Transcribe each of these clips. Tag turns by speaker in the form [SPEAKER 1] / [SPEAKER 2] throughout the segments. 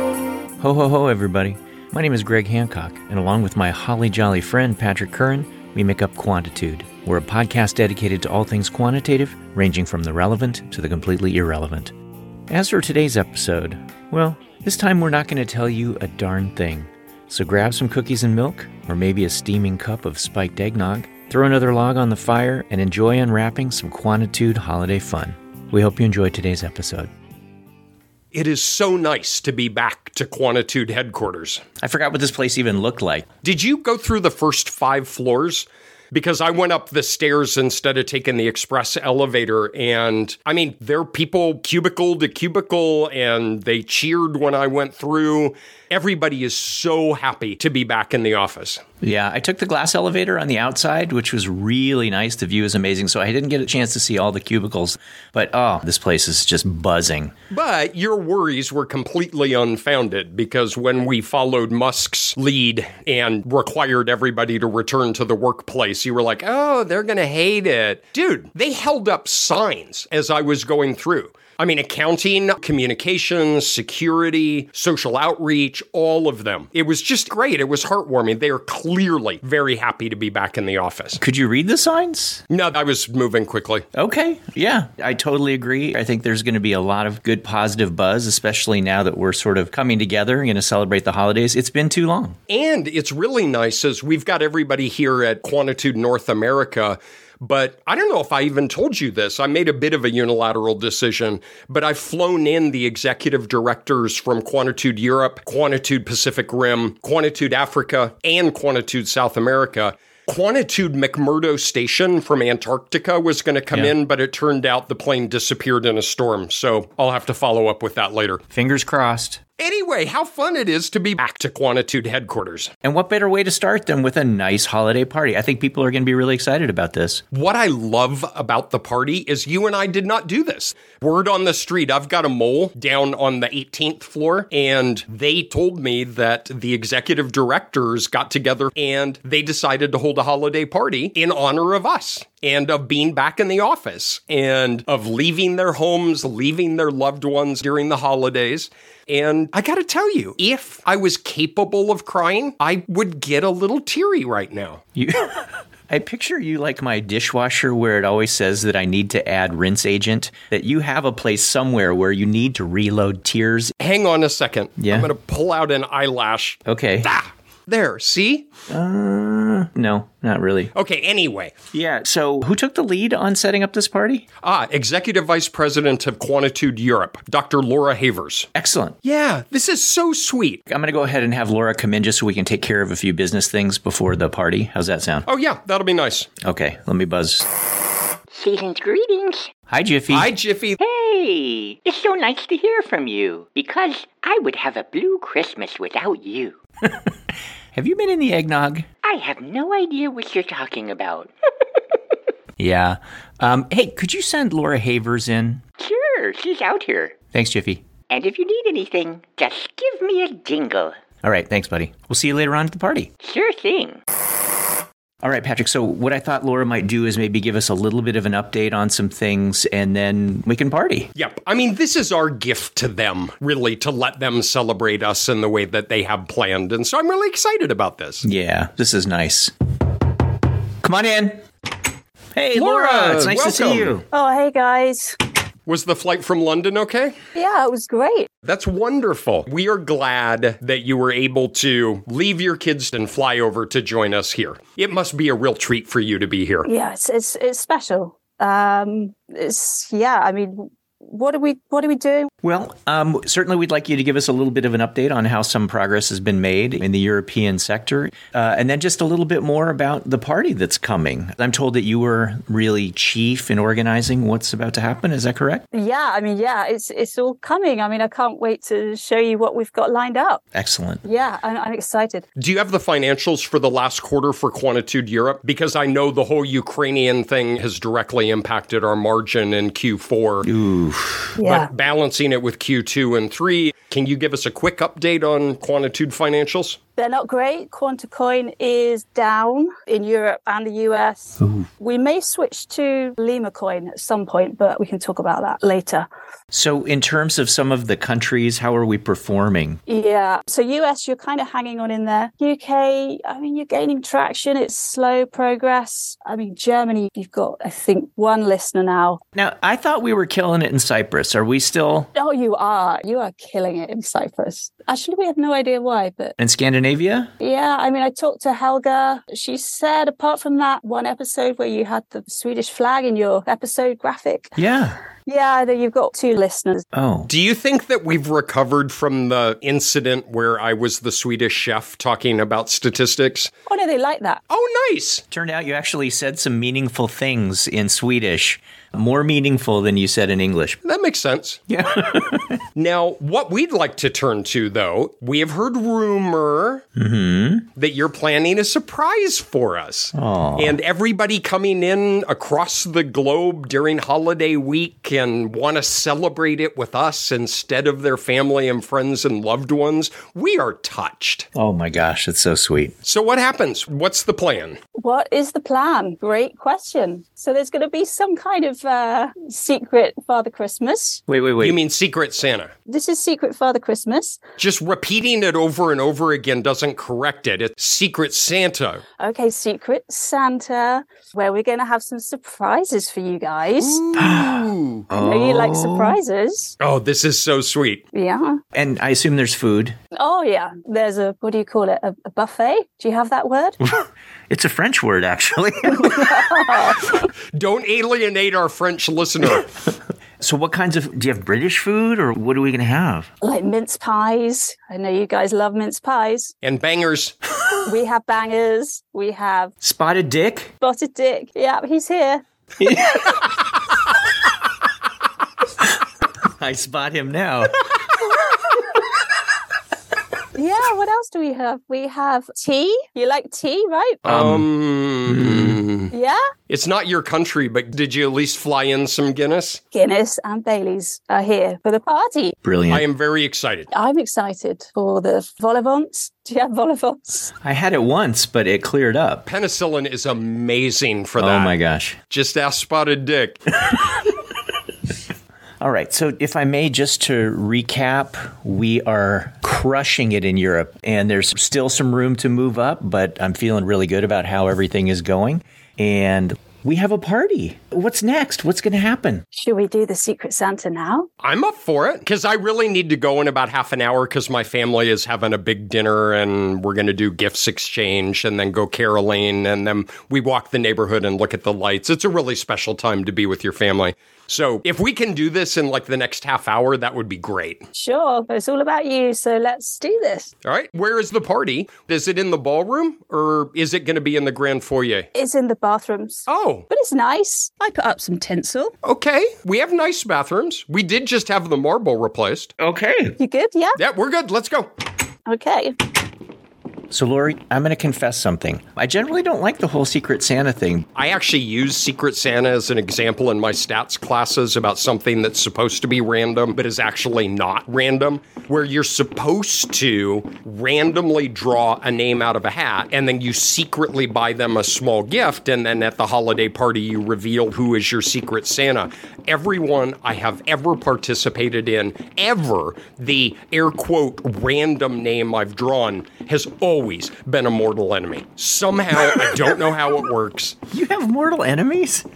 [SPEAKER 1] Ho ho ho, everybody. My name is Greg Hancock, and along with my holly jolly friend Patrick Curran, we make up Quantitude. We're a podcast dedicated to all things quantitative, ranging from the relevant to the completely irrelevant. As for today's episode, well, this time we're not going to tell you a darn thing. So grab some cookies and milk, or maybe a steaming cup of spiked eggnog, throw another log on the fire, and enjoy unwrapping some Quantitude holiday fun. We hope you enjoy today's episode.
[SPEAKER 2] It is so nice to be back to Quantitude headquarters.
[SPEAKER 1] I forgot what this place even looked like.
[SPEAKER 2] Did you go through the first five floors? Because I went up the stairs instead of taking the express elevator. And I mean, there are people cubicle to cubicle, and they cheered when I went through. Everybody is so happy to be back in the office.
[SPEAKER 1] Yeah, I took the glass elevator on the outside, which was really nice. The view is amazing. So I didn't get a chance to see all the cubicles, but oh, this place is just buzzing.
[SPEAKER 2] But your worries were completely unfounded because when we followed Musk's lead and required everybody to return to the workplace, you were like, oh, they're going to hate it. Dude, they held up signs as I was going through. I mean, accounting, communications, security, social outreach, all of them. It was just great. It was heartwarming. They are clearly very happy to be back in the office.
[SPEAKER 1] Could you read the signs?
[SPEAKER 2] No, I was moving quickly.
[SPEAKER 1] Okay. Yeah, I totally agree. I think there's going to be a lot of good positive buzz, especially now that we're sort of coming together and going to celebrate the holidays. It's been too long.
[SPEAKER 2] And it's really nice as we've got everybody here at Quantitude North America. But I don't know if I even told you this. I made a bit of a unilateral decision, but I've flown in the executive directors from Quantitude Europe, Quantitude Pacific Rim, Quantitude Africa, and Quantitude South America. Quantitude McMurdo Station from Antarctica was going to come
[SPEAKER 1] Yeah.
[SPEAKER 2] in, but it turned out the plane disappeared in a storm. So I'll have to follow up with that later.
[SPEAKER 1] Fingers crossed.
[SPEAKER 2] Anyway, how fun it is to be back to Quantitude headquarters.
[SPEAKER 1] And what better way to start than with a nice holiday party? I think people are going to be really excited about this.
[SPEAKER 2] What I love about the party is you and I did not do this. Word on the street, I've got a mole down on the 18th floor, and they told me that the executive directors got together and they decided to hold a holiday party in honor of us and of being back in the office and of leaving their homes, leaving their loved ones during the holidays. And I gotta tell you, if I was capable of crying, I would get a little teary right now.
[SPEAKER 1] You I picture you like my dishwasher where it always says that I need to add rinse agent, that you have a place somewhere where you need to reload tears.
[SPEAKER 2] Hang on a second.
[SPEAKER 1] Yeah.
[SPEAKER 2] I'm going to pull out an eyelash.
[SPEAKER 1] Okay.
[SPEAKER 2] Ah, there. See?
[SPEAKER 1] No, not really.
[SPEAKER 2] Okay, anyway.
[SPEAKER 1] Yeah. So, who took the lead on setting up this party?
[SPEAKER 2] Ah, Executive Vice President of Quantitude Europe, Dr. Laura Havers.
[SPEAKER 1] Excellent.
[SPEAKER 2] Yeah, this is so sweet.
[SPEAKER 1] I'm going to go ahead and have Laura come in just so we can take care of a few business things before the party. How's that sound?
[SPEAKER 2] Oh, yeah, that'll be nice.
[SPEAKER 1] Okay. Let me buzz.
[SPEAKER 3] Season's greetings.
[SPEAKER 1] Hi, Jiffy.
[SPEAKER 2] Hi, Jiffy.
[SPEAKER 3] Hey, it's so nice to hear from you because I would have a blue Christmas without you.
[SPEAKER 1] Have you been in the eggnog?
[SPEAKER 3] I have no idea what you're talking about.
[SPEAKER 1] Yeah. Um, hey, could you send Laura Havers in?
[SPEAKER 3] sure, she's out here.
[SPEAKER 1] Thanks, Jiffy.
[SPEAKER 3] And if you need anything, just give me a jingle.
[SPEAKER 1] All right. Thanks, buddy. We'll see you later on at the party.
[SPEAKER 3] Sure thing.
[SPEAKER 1] All right, Patrick. So, what I thought Laura might do is maybe give us a little bit of an update on some things and then we can party.
[SPEAKER 2] Yep. I mean, this is our gift to them, really, to let them celebrate us in the way that they have planned. And so I'm really excited about this.
[SPEAKER 1] Yeah, this is nice. Come on in. Hey, Laura. Uh,
[SPEAKER 2] Laura,
[SPEAKER 1] it's nice to see
[SPEAKER 2] welcome.
[SPEAKER 1] you.
[SPEAKER 4] Oh, hey guys.
[SPEAKER 2] Was the flight from London okay?
[SPEAKER 4] Yeah, it was great.
[SPEAKER 2] That's wonderful. We are glad that you were able to leave your kids and fly over to join us here. It must be a real treat for you to be here.
[SPEAKER 4] Yeah, it's it's, it's special. Um it's yeah, I mean what are we what are we doing?
[SPEAKER 1] Well, um, certainly we'd like you to give us a little bit of an update on how some progress has been made in the European sector, uh, and then just a little bit more about the party that's coming. I'm told that you were really chief in organizing what's about to happen. Is that correct?
[SPEAKER 4] Yeah, I mean yeah, it's it's all coming. I mean I can't wait to show you what we've got lined up.
[SPEAKER 1] Excellent.
[SPEAKER 4] Yeah, I'm, I'm excited.
[SPEAKER 2] Do you have the financials for the last quarter for Quantitude Europe? Because I know the whole Ukrainian thing has directly impacted our margin in Q4.
[SPEAKER 4] Yeah.
[SPEAKER 2] But balancing it with Q2 and 3, can you give us a quick update on Quantitude financials?
[SPEAKER 4] They're not great. Quantacoin is down in Europe and the US.
[SPEAKER 1] Ooh.
[SPEAKER 4] We may switch to Lima Coin at some point, but we can talk about that later.
[SPEAKER 1] So, in terms of some of the countries, how are we performing?
[SPEAKER 4] Yeah. So US, you're kind of hanging on in there. UK, I mean, you're gaining traction. It's slow progress. I mean, Germany, you've got, I think, one listener now.
[SPEAKER 1] Now, I thought we were killing it in Cyprus. Are we still
[SPEAKER 4] Oh, you are. You are killing it in Cyprus. Actually, we have no idea why, but
[SPEAKER 1] in Scandinavia?
[SPEAKER 4] yeah, I mean, I talked to Helga. She said, apart from that one episode where you had the Swedish flag in your episode graphic,
[SPEAKER 1] Yeah.
[SPEAKER 4] yeah, that you've got two listeners.
[SPEAKER 1] Oh.
[SPEAKER 2] Do you think that we've recovered from the incident where I was the Swedish chef talking about statistics?
[SPEAKER 4] Oh, no, they like that.
[SPEAKER 2] Oh, nice.
[SPEAKER 1] Turned out you actually said some meaningful things in Swedish, more meaningful than you said in English.
[SPEAKER 2] That makes sense.
[SPEAKER 1] Yeah.
[SPEAKER 2] Now, what we'd like to turn to, though, we have heard rumor
[SPEAKER 1] Mm-hmm.
[SPEAKER 2] that you're planning a surprise for us. And everybody coming in across the globe during holiday week and want to celebrate it with us instead of their family and friends and loved ones. We are touched.
[SPEAKER 1] oh my gosh, it's so sweet.
[SPEAKER 2] So, what happens? What's the plan?
[SPEAKER 4] What is the plan? Great question. So there's going to be some kind of uh, secret Father Christmas.
[SPEAKER 1] Wait, wait, wait.
[SPEAKER 2] You mean Secret Santa?
[SPEAKER 4] This is Secret Father Christmas.
[SPEAKER 2] Just repeating it over and over again doesn't correct it. It's Secret Santa.
[SPEAKER 4] Okay, Secret Santa, where we're going to have some surprises for you guys. I know you like surprises.
[SPEAKER 2] Oh, this is so sweet.
[SPEAKER 4] Yeah.
[SPEAKER 1] and I assume there's food.
[SPEAKER 4] Oh, yeah. There's a, what do you call it? A, a buffet? Do you have that word?
[SPEAKER 1] It's a French word, actually.
[SPEAKER 2] Don't alienate our French listener.
[SPEAKER 1] so, what kinds of do you have British food, or what are we going to have?
[SPEAKER 4] like mince pies. I know you guys love mince pies.
[SPEAKER 2] and bangers.
[SPEAKER 4] We have bangers. We have
[SPEAKER 1] Spotted dick.
[SPEAKER 4] spotted dick. Yeah, he's here.
[SPEAKER 1] I spot him now.
[SPEAKER 4] Yeah, what else do we have? We have tea. You like tea, right?
[SPEAKER 5] Uh.
[SPEAKER 2] Um,
[SPEAKER 4] yeah.
[SPEAKER 2] it's not your country, but did you at least fly in some Guinness?
[SPEAKER 4] Guinness and Bailey's are here for the party.
[SPEAKER 1] Brilliant.
[SPEAKER 2] I am very excited.
[SPEAKER 4] I'm excited for the volivants. Do you have volivants?
[SPEAKER 1] I had it once, but it cleared up.
[SPEAKER 2] Penicillin is amazing for
[SPEAKER 1] Oh
[SPEAKER 2] that.
[SPEAKER 1] my gosh.
[SPEAKER 2] Just ask Spotted Dick.
[SPEAKER 1] All right. So, if I may, just to recap, we are crushing it in Europe, and there's still some room to move up, but I'm feeling really good about how everything is going. And we have a party. What's next? What's going to happen?
[SPEAKER 4] Should we do the Secret Santa now?
[SPEAKER 2] I'm up for it because I really need to go in about half an hour because my family is having a big dinner and we're going to do gifts exchange and then go caroling and then we walk the neighborhood and look at the lights. It's a really special time to be with your family. So if we can do this in like the next half hour, that would be great.
[SPEAKER 4] Sure, it's all about you, so let's do this.
[SPEAKER 2] All right. Where is the party? Is it in the ballroom or is it going to be in the grand foyer?
[SPEAKER 4] It's in the bathrooms,
[SPEAKER 2] Oh,
[SPEAKER 4] but it's nice.
[SPEAKER 5] I put up some tinsel.
[SPEAKER 2] okay. We have nice bathrooms. We did just have the marble replaced.
[SPEAKER 1] Okay.
[SPEAKER 4] You good? Yeah?
[SPEAKER 2] Yeah, we're good. Let's go.
[SPEAKER 4] Okay.
[SPEAKER 1] So, Lori, I'm going to confess something. I generally don't like the whole Secret Santa thing.
[SPEAKER 2] I actually use Secret Santa as an example in my stats classes about something that's supposed to be random, but is actually not random, where you're supposed to randomly draw a name out of a hat and then you secretly buy them a small gift. And then at the holiday party, you reveal who is your Secret Santa. Everyone I have ever participated in, ever, the air quote random name I've drawn has always been a mortal enemy. Somehow, I don't know how it works.
[SPEAKER 1] You have mortal enemies?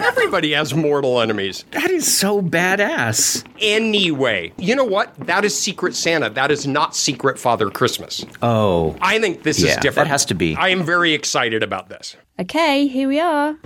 [SPEAKER 2] Everybody has mortal enemies.
[SPEAKER 1] That is so badass.
[SPEAKER 2] Anyway, you know what? That is Secret Santa. That is not Secret Father Christmas.
[SPEAKER 1] Oh.
[SPEAKER 2] I think this
[SPEAKER 1] Yeah,
[SPEAKER 2] is different.
[SPEAKER 1] that has to be.
[SPEAKER 2] I am very excited about this.
[SPEAKER 5] Okay, here we are.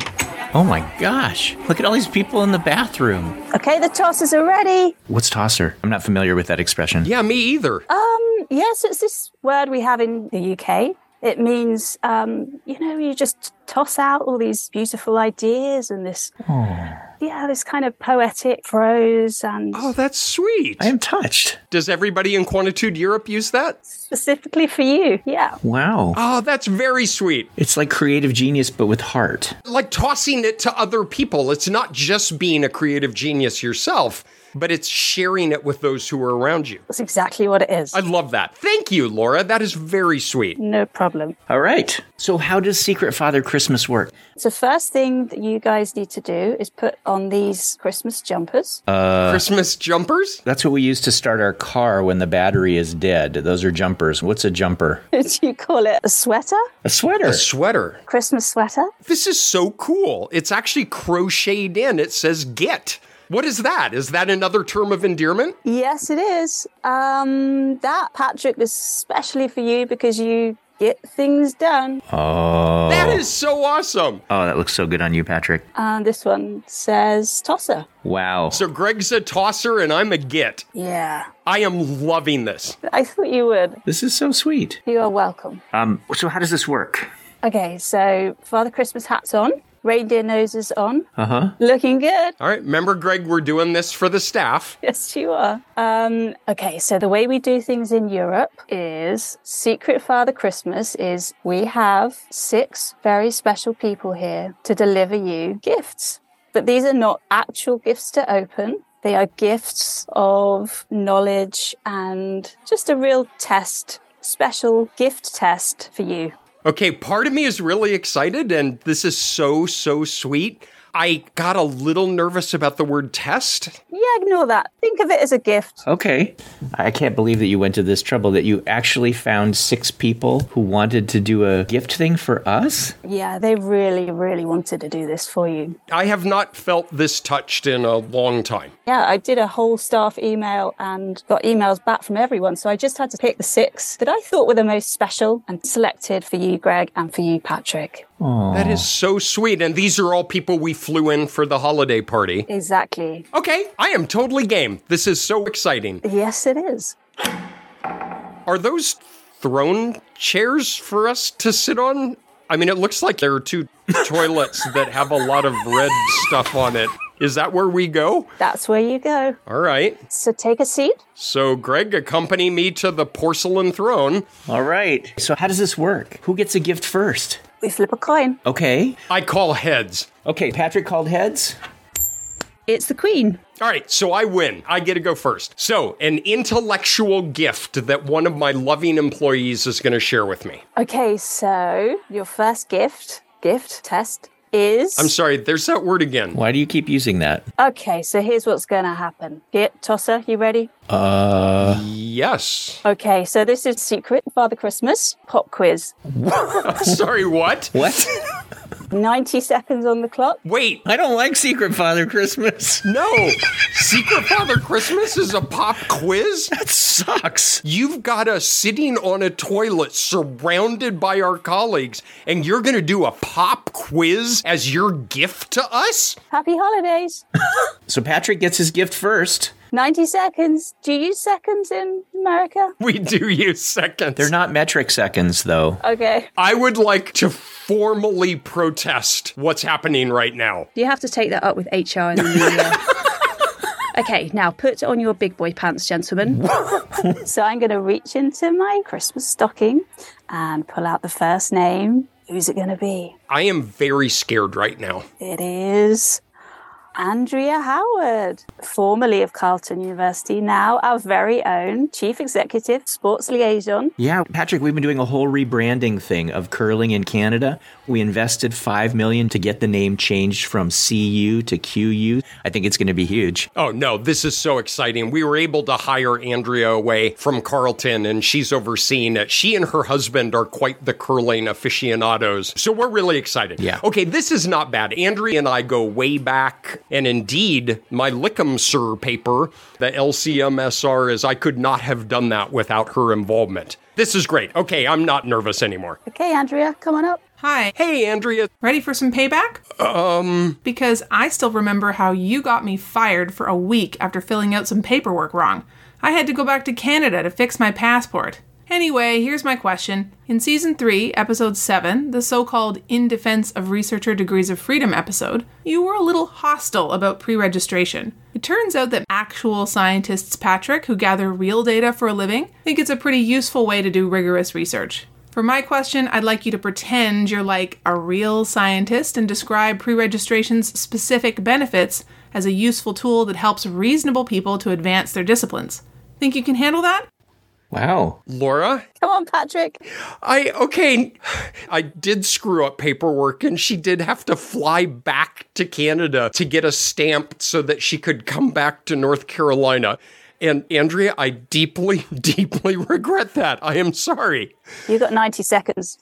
[SPEAKER 1] Oh my gosh. Look at all these people in the bathroom.
[SPEAKER 4] Okay, the tosses are ready.
[SPEAKER 1] What's tosser? I'm not familiar with that expression.
[SPEAKER 2] Yeah, me either.
[SPEAKER 4] Um, yes, it's this word we have in the UK. It means, um, you know, you just toss out all these beautiful ideas and this, yeah, this kind of poetic prose and
[SPEAKER 2] oh, that's sweet.
[SPEAKER 1] I am touched.
[SPEAKER 2] Does everybody in Quantitude Europe use that?
[SPEAKER 4] specifically for you. Yeah.
[SPEAKER 1] Wow.
[SPEAKER 2] Oh, that's very sweet.
[SPEAKER 1] It's like creative genius, but with heart.
[SPEAKER 2] Like tossing it to other people. It's not just being a creative genius yourself, but it's sharing it with those who are around you.
[SPEAKER 4] That's exactly what it is.
[SPEAKER 2] I love that. Thank you, Laura. That is very sweet.
[SPEAKER 4] no problem.
[SPEAKER 1] All right. So, how does Secret Father Christmas work?
[SPEAKER 4] So, first thing that you guys need to do is put on these Christmas jumpers.
[SPEAKER 1] Uh,
[SPEAKER 2] Christmas jumpers?
[SPEAKER 1] That's what we use to start our car when the battery is dead. Those are jumpers. What's a jumper?
[SPEAKER 4] you call it a sweater,
[SPEAKER 1] A sweater.
[SPEAKER 2] Sweater.
[SPEAKER 4] Christmas sweater.
[SPEAKER 2] This is so cool. It's actually crocheted in. It says get. What is that? Is that another term of endearment?
[SPEAKER 4] Yes, it is. Um, that, Patrick, was especially for you because you get things done.
[SPEAKER 2] That is so awesome.
[SPEAKER 1] Oh, that looks so good on you, Patrick.
[SPEAKER 4] And Uh, this one says tosser.
[SPEAKER 1] Wow.
[SPEAKER 2] So Greg's a tosser and I'm a get.
[SPEAKER 4] Yeah.
[SPEAKER 2] I am loving this.
[SPEAKER 4] I thought you would.
[SPEAKER 1] this is so sweet.
[SPEAKER 4] You are welcome.
[SPEAKER 1] Um, so, how does this work?
[SPEAKER 4] Okay, so Father Christmas hat's on, reindeer noses on. Uh huh. Looking good.
[SPEAKER 2] All right, remember, Greg, we're doing this for the staff.
[SPEAKER 4] Yes, you are. Um, okay, so the way we do things in Europe is Secret Father Christmas is we have six very special people here to deliver you gifts. But these are not actual gifts to open. They are gifts of knowledge and just a real test, special gift test for you.
[SPEAKER 2] Okay, part of me is really excited, and this is so, so sweet. I got a little nervous about the word test.
[SPEAKER 4] Yeah, ignore that. Think of it as a gift.
[SPEAKER 1] Okay. I can't believe that you went to this trouble that you actually found six people who wanted to do a gift thing for us?
[SPEAKER 4] Yeah, they really, really wanted to do this for you.
[SPEAKER 2] I have not felt this touched in a long time.
[SPEAKER 4] Yeah, I did a whole staff email and got emails back from everyone. So I just had to pick the six that I thought were the most special and selected for you, Greg, and for you, Patrick.
[SPEAKER 2] That is so sweet. And these are all people we flew in for the holiday party.
[SPEAKER 4] Exactly.
[SPEAKER 2] Okay, I am totally game. This is so exciting.
[SPEAKER 4] Yes, it is.
[SPEAKER 2] Are those throne chairs for us to sit on? I mean, it looks like there are two toilets that have a lot of red stuff on it. Is that where we go?
[SPEAKER 4] That's where you go.
[SPEAKER 2] All right.
[SPEAKER 4] So take a seat.
[SPEAKER 2] So, Greg, accompany me to the porcelain throne.
[SPEAKER 1] All right. So, how does this work? Who gets a gift first?
[SPEAKER 4] We flip a coin.
[SPEAKER 1] Okay.
[SPEAKER 2] I call heads.
[SPEAKER 1] Okay. Patrick called heads.
[SPEAKER 5] It's the Queen.
[SPEAKER 2] All right, so I win. I get to go first. So, an intellectual gift that one of my loving employees is going to share with me.
[SPEAKER 4] Okay, so your first gift, gift test is.
[SPEAKER 2] I'm sorry, there's that word again.
[SPEAKER 1] Why do you keep using that?
[SPEAKER 4] okay, so here's what's going to happen. Git, Tosser, you ready?
[SPEAKER 1] Uh,
[SPEAKER 2] Yes.
[SPEAKER 4] Okay, so this is Secret Father Christmas pop quiz.
[SPEAKER 2] sorry, what?
[SPEAKER 1] what?
[SPEAKER 4] 90 seconds on the clock.
[SPEAKER 2] Wait,
[SPEAKER 1] I don't like Secret Father Christmas.
[SPEAKER 2] no. Secret Father Christmas is a pop quiz?
[SPEAKER 1] That sucks.
[SPEAKER 2] You've got us sitting on a toilet surrounded by our colleagues, and you're going to do a pop quiz as your gift to us?
[SPEAKER 4] Happy holidays.
[SPEAKER 1] So, Patrick gets his gift first.
[SPEAKER 4] 90 seconds. Do you use seconds in America?
[SPEAKER 2] We do use seconds.
[SPEAKER 1] They're not metric seconds, though.
[SPEAKER 4] Okay.
[SPEAKER 2] I would like to formally protest what's happening right now.
[SPEAKER 5] You have to take that up with HR in the new year. Okay, now put on your big boy pants, gentlemen.
[SPEAKER 4] So I'm going to reach into my Christmas stocking and pull out the first name. Who's it going to be?
[SPEAKER 2] I am very scared right now.
[SPEAKER 4] It is Andrea Howard, formerly of Carleton University, now our very own Chief Executive Sports Liaison.
[SPEAKER 1] Yeah, Patrick, we've been doing a whole rebranding thing of curling in Canada. We invested 5 million to get the name changed from CU to QU. I think it's going to be huge.
[SPEAKER 2] Oh no, this is so exciting. We were able to hire Andrea away from Carlton and she's overseeing it. She and her husband are quite the curling aficionados. So we're really excited.
[SPEAKER 1] Yeah.
[SPEAKER 2] Okay, this is not bad. Andrea and I go way back. And indeed, my Lickum Sir paper, the LCMSR, is I could not have done that without her involvement. This is great. Okay, I'm not nervous anymore.
[SPEAKER 4] Okay, Andrea, come on up.
[SPEAKER 6] Hi.
[SPEAKER 2] Hey, Andrea.
[SPEAKER 6] Ready for some payback? Um. Because I still remember how you got me fired for a week after filling out some paperwork wrong. I had to go back to Canada to fix my passport. Anyway, here's my question. In season 3, episode 7, the so called In Defense of Researcher Degrees of Freedom episode, you were a little hostile about pre registration. It turns out that actual scientists, Patrick, who gather real data for a living, think it's a pretty useful way to do rigorous research. For my question, I'd like you to pretend you're like a real scientist and describe pre registration's specific benefits as a useful tool that helps reasonable people to advance their disciplines. Think you can handle that?
[SPEAKER 1] Wow.
[SPEAKER 2] Laura,
[SPEAKER 4] Come on, Patrick.
[SPEAKER 2] I okay, I did screw up paperwork and she did have to fly back to Canada to get a stamp so that she could come back to North Carolina. And Andrea, I deeply deeply regret that. I am sorry.
[SPEAKER 4] You got 90 seconds.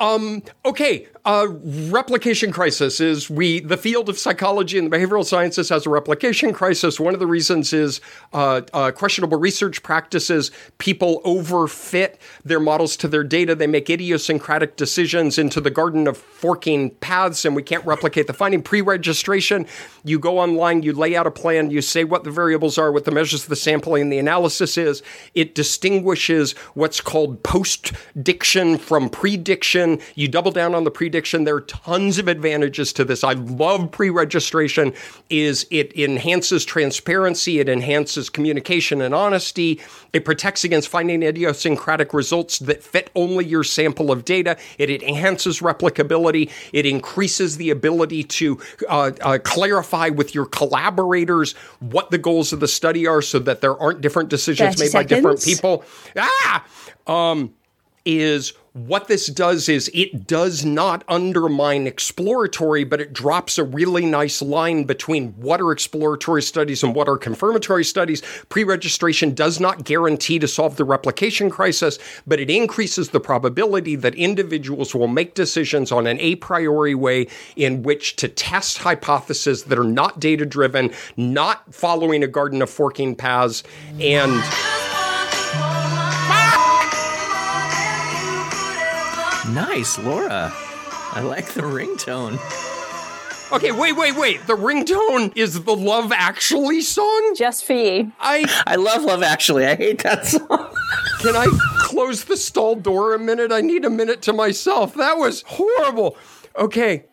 [SPEAKER 2] Um okay, uh replication crisis is we the field of psychology and the behavioral sciences has a replication crisis. One of the reasons is uh, uh questionable research practices, people overfit their models to their data. They make idiosyncratic decisions into the garden of forking paths, and we can't replicate the finding. Pre registration, you go online, you lay out a plan, you say what the variables are, what the measures of the sampling and the analysis is. It distinguishes what's called post diction from prediction. You double down on the prediction. There are tons of advantages to this. I love pre registration, is it enhances transparency, it enhances communication and honesty, it protects against finding idiosyncratic results that fit only your sample of data. It enhances replicability. It increases the ability to uh, uh, clarify with your collaborators what the goals of the study are so that there aren't different decisions
[SPEAKER 5] 30
[SPEAKER 2] made by different
[SPEAKER 5] seconds.
[SPEAKER 2] people. Ah! Um, is what this does is it does not undermine exploratory, but it drops a really nice line between what are exploratory studies and what are confirmatory studies. Pre registration does not guarantee to solve the replication crisis, but it increases the probability that individuals will make decisions on an a priori way in which to test hypotheses that are not data driven, not following a garden of forking paths, and.
[SPEAKER 1] Nice, Laura. I like the ringtone.
[SPEAKER 2] Okay, wait, wait, wait. The ringtone is the Love Actually song?
[SPEAKER 4] Just for you.
[SPEAKER 2] I
[SPEAKER 1] I love Love Actually. I hate that song.
[SPEAKER 2] can I close the stall door a minute? I need a minute to myself. That was horrible. Okay.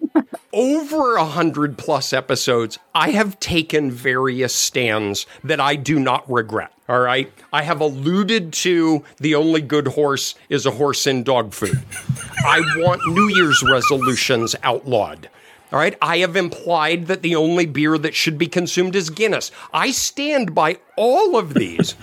[SPEAKER 2] Over a hundred plus episodes, I have taken various stands that I do not regret. All right. I have alluded to the only good horse is a horse in dog food. I want New Year's resolutions outlawed. All right. I have implied that the only beer that should be consumed is Guinness. I stand by all of these.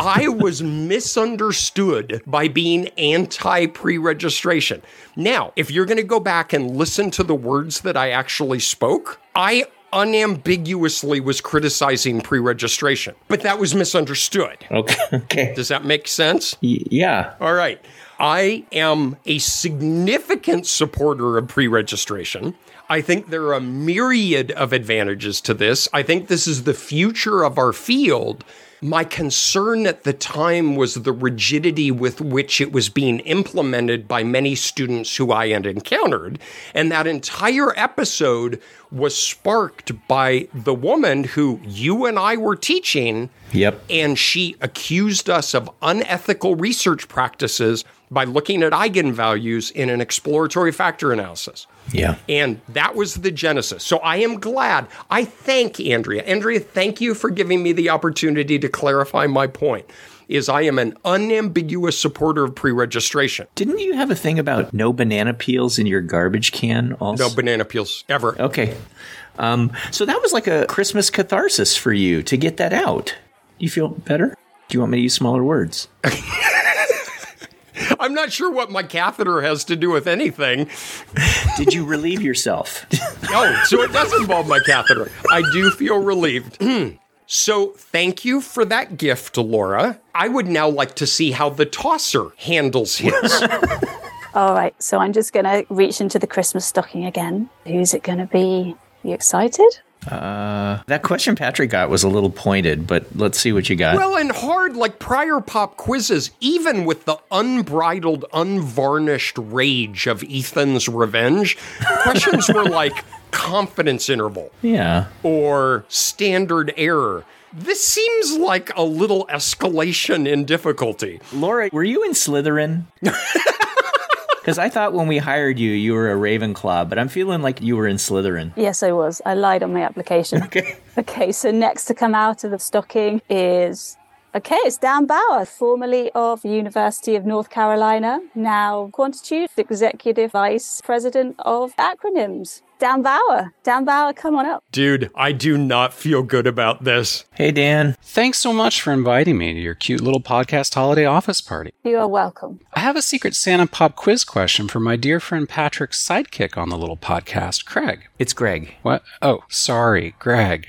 [SPEAKER 2] I was misunderstood by being anti pre registration. Now, if you're going to go back and listen to the words that I actually spoke, I unambiguously was criticizing pre registration, but that was misunderstood.
[SPEAKER 1] Okay. okay.
[SPEAKER 2] Does that make sense?
[SPEAKER 1] Y- yeah.
[SPEAKER 2] All right. I am a significant supporter of pre registration. I think there are a myriad of advantages to this. I think this is the future of our field. My concern at the time was the rigidity with which it was being implemented by many students who I had encountered. And that entire episode was sparked by the woman who you and I were teaching
[SPEAKER 1] Yep.
[SPEAKER 2] and she accused us of unethical research practices by looking at eigenvalues in an exploratory factor analysis.
[SPEAKER 1] Yeah.
[SPEAKER 2] And that was the genesis. So I am glad. I thank Andrea. Andrea, thank you for giving me the opportunity to clarify my point. Is I am an unambiguous supporter of pre-registration.
[SPEAKER 1] Didn't you have a thing about no banana peels in your garbage can also?
[SPEAKER 2] No banana peels ever.
[SPEAKER 1] Okay. Um, so that was like a Christmas catharsis for you to get that out. Do you feel better? Do you want me to use smaller words?
[SPEAKER 2] I'm not sure what my catheter has to do with anything.
[SPEAKER 1] Did you relieve yourself?
[SPEAKER 2] Oh, so it does involve my catheter. I do feel relieved. so thank you for that gift, Laura. I would now like to see how the tosser handles his.
[SPEAKER 4] All right, so I'm just going to reach into the Christmas stocking again. Who's it going to be? You excited?
[SPEAKER 1] that question Patrick got was a little pointed, but let's see what you got.
[SPEAKER 2] well and hard, like prior pop quizzes, even with the unbridled, unvarnished rage of Ethan's revenge, questions were like confidence interval.
[SPEAKER 1] yeah.
[SPEAKER 2] or standard error. This seems like a little escalation in difficulty.
[SPEAKER 1] Laura, were you in Slytherin? Because I thought when we hired you, you were a Ravenclaw, but I'm feeling like you were in Slytherin.
[SPEAKER 4] Yes, I was. I lied on my application. Okay. Okay, so next to come out of the stocking is Okay, it's Dan Bauer, formerly of University of North Carolina, now Quantitude Executive Vice President of Acronyms. Dan Bauer, Dan Bauer, come on up.
[SPEAKER 2] Dude, I do not feel good about this.
[SPEAKER 1] Hey, Dan.
[SPEAKER 7] Thanks so much for inviting me to your cute little podcast holiday office party.
[SPEAKER 4] You are welcome.
[SPEAKER 7] I have a secret Santa Pop quiz question for my dear friend Patrick's sidekick on the little podcast, Craig.
[SPEAKER 1] It's Greg.
[SPEAKER 7] What? Oh, sorry, Greg.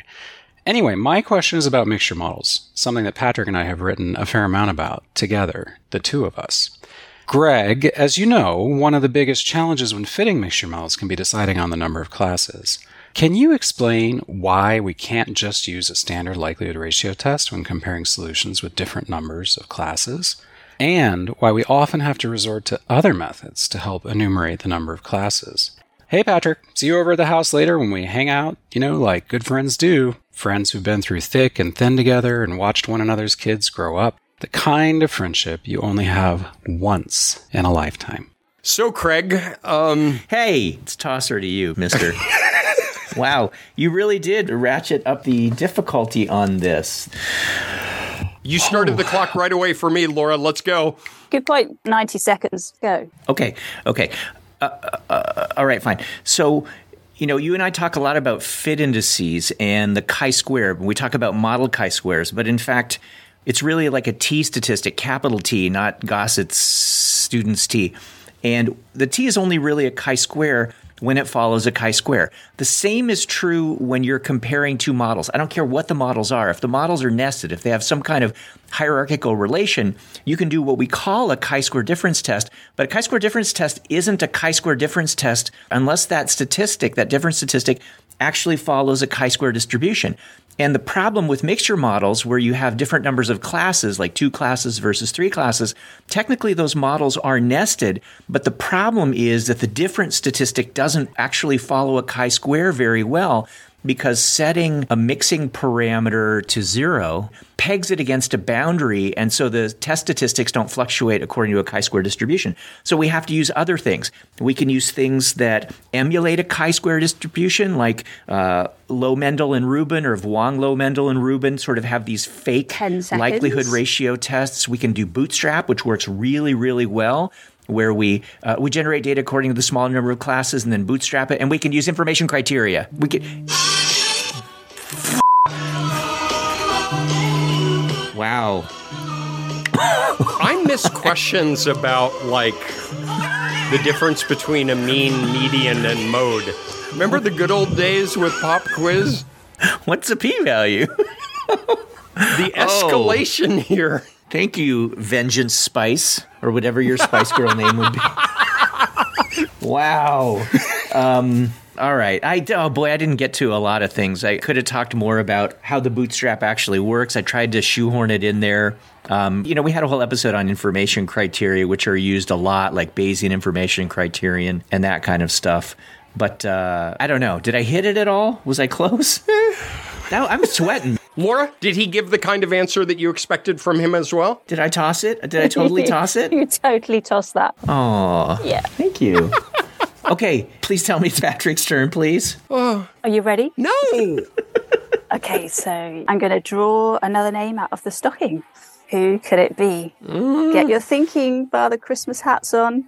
[SPEAKER 7] Anyway, my question is about mixture models, something that Patrick and I have written a fair amount about together, the two of us. Greg, as you know, one of the biggest challenges when fitting mixture models can be deciding on the number of classes. Can you explain why we can't just use a standard likelihood ratio test when comparing solutions with different numbers of classes? And why we often have to resort to other methods to help enumerate the number of classes? Hey, Patrick, see you over at the house later when we hang out, you know, like good friends do. Friends who've been through thick and thin together and watched one another's kids grow up. The kind of friendship you only have once in a lifetime.
[SPEAKER 2] So, Craig, um,
[SPEAKER 1] Hey, it's Tosser to you, mister. wow, you really did ratchet up the difficulty on this.
[SPEAKER 2] you started the clock right away for me, Laura. Let's go.
[SPEAKER 4] Good point. 90 seconds, go.
[SPEAKER 1] Okay, okay. Uh, uh, uh, all right, fine. So, you know, you and I talk a lot about fit indices and the chi square. We talk about model chi squares, but in fact, it's really like a t statistic, capital T, not Gossett's student's t. And the t is only really a chi square when it follows a chi square. The same is true when you're comparing two models. I don't care what the models are. If the models are nested, if they have some kind of hierarchical relation, you can do what we call a chi square difference test. But a chi square difference test isn't a chi square difference test unless that statistic, that difference statistic, actually follows a chi square distribution. And the problem with mixture models, where you have different numbers of classes, like two classes versus three classes, technically those models are nested. But the problem is that the difference statistic doesn't actually follow a chi square very well because setting a mixing parameter to zero pegs it against a boundary. And so the test statistics don't fluctuate according to a chi square distribution. So we have to use other things. We can use things that emulate a chi square distribution, like uh, Low Mendel and Rubin or Vuong Low Mendel and Rubin sort of have these fake
[SPEAKER 5] 10 seconds.
[SPEAKER 1] likelihood ratio tests. We can do Bootstrap, which works really, really well. Where we uh, we generate data according to the small number of classes and then bootstrap it, and we can use information criteria. We can wow,
[SPEAKER 2] I miss questions about like the difference between a mean, median, and mode. Remember the good old days with pop quiz?
[SPEAKER 1] what's the p value?
[SPEAKER 2] The escalation here.
[SPEAKER 1] Thank you, Vengeance Spice, or whatever your Spice Girl name would be. Wow. Um, all right. I oh boy, I didn't get to a lot of things. I could have talked more about how the bootstrap actually works. I tried to shoehorn it in there. Um, you know, we had a whole episode on information criteria, which are used a lot, like Bayesian information criterion and that kind of stuff. But uh, I don't know. Did I hit it at all? Was I close? now I'm sweating.
[SPEAKER 2] Laura, did he give the kind of answer that you expected from him as well?
[SPEAKER 1] Did I toss it? Did I totally toss it?
[SPEAKER 4] you totally tossed that.
[SPEAKER 1] Oh,
[SPEAKER 4] Yeah.
[SPEAKER 1] Thank you. okay, please tell me it's Patrick's turn, please.
[SPEAKER 4] Are you ready?
[SPEAKER 2] No.
[SPEAKER 4] Okay, so I'm going to draw another name out of the stocking. Who could it be? Get your thinking bar the Christmas hats on.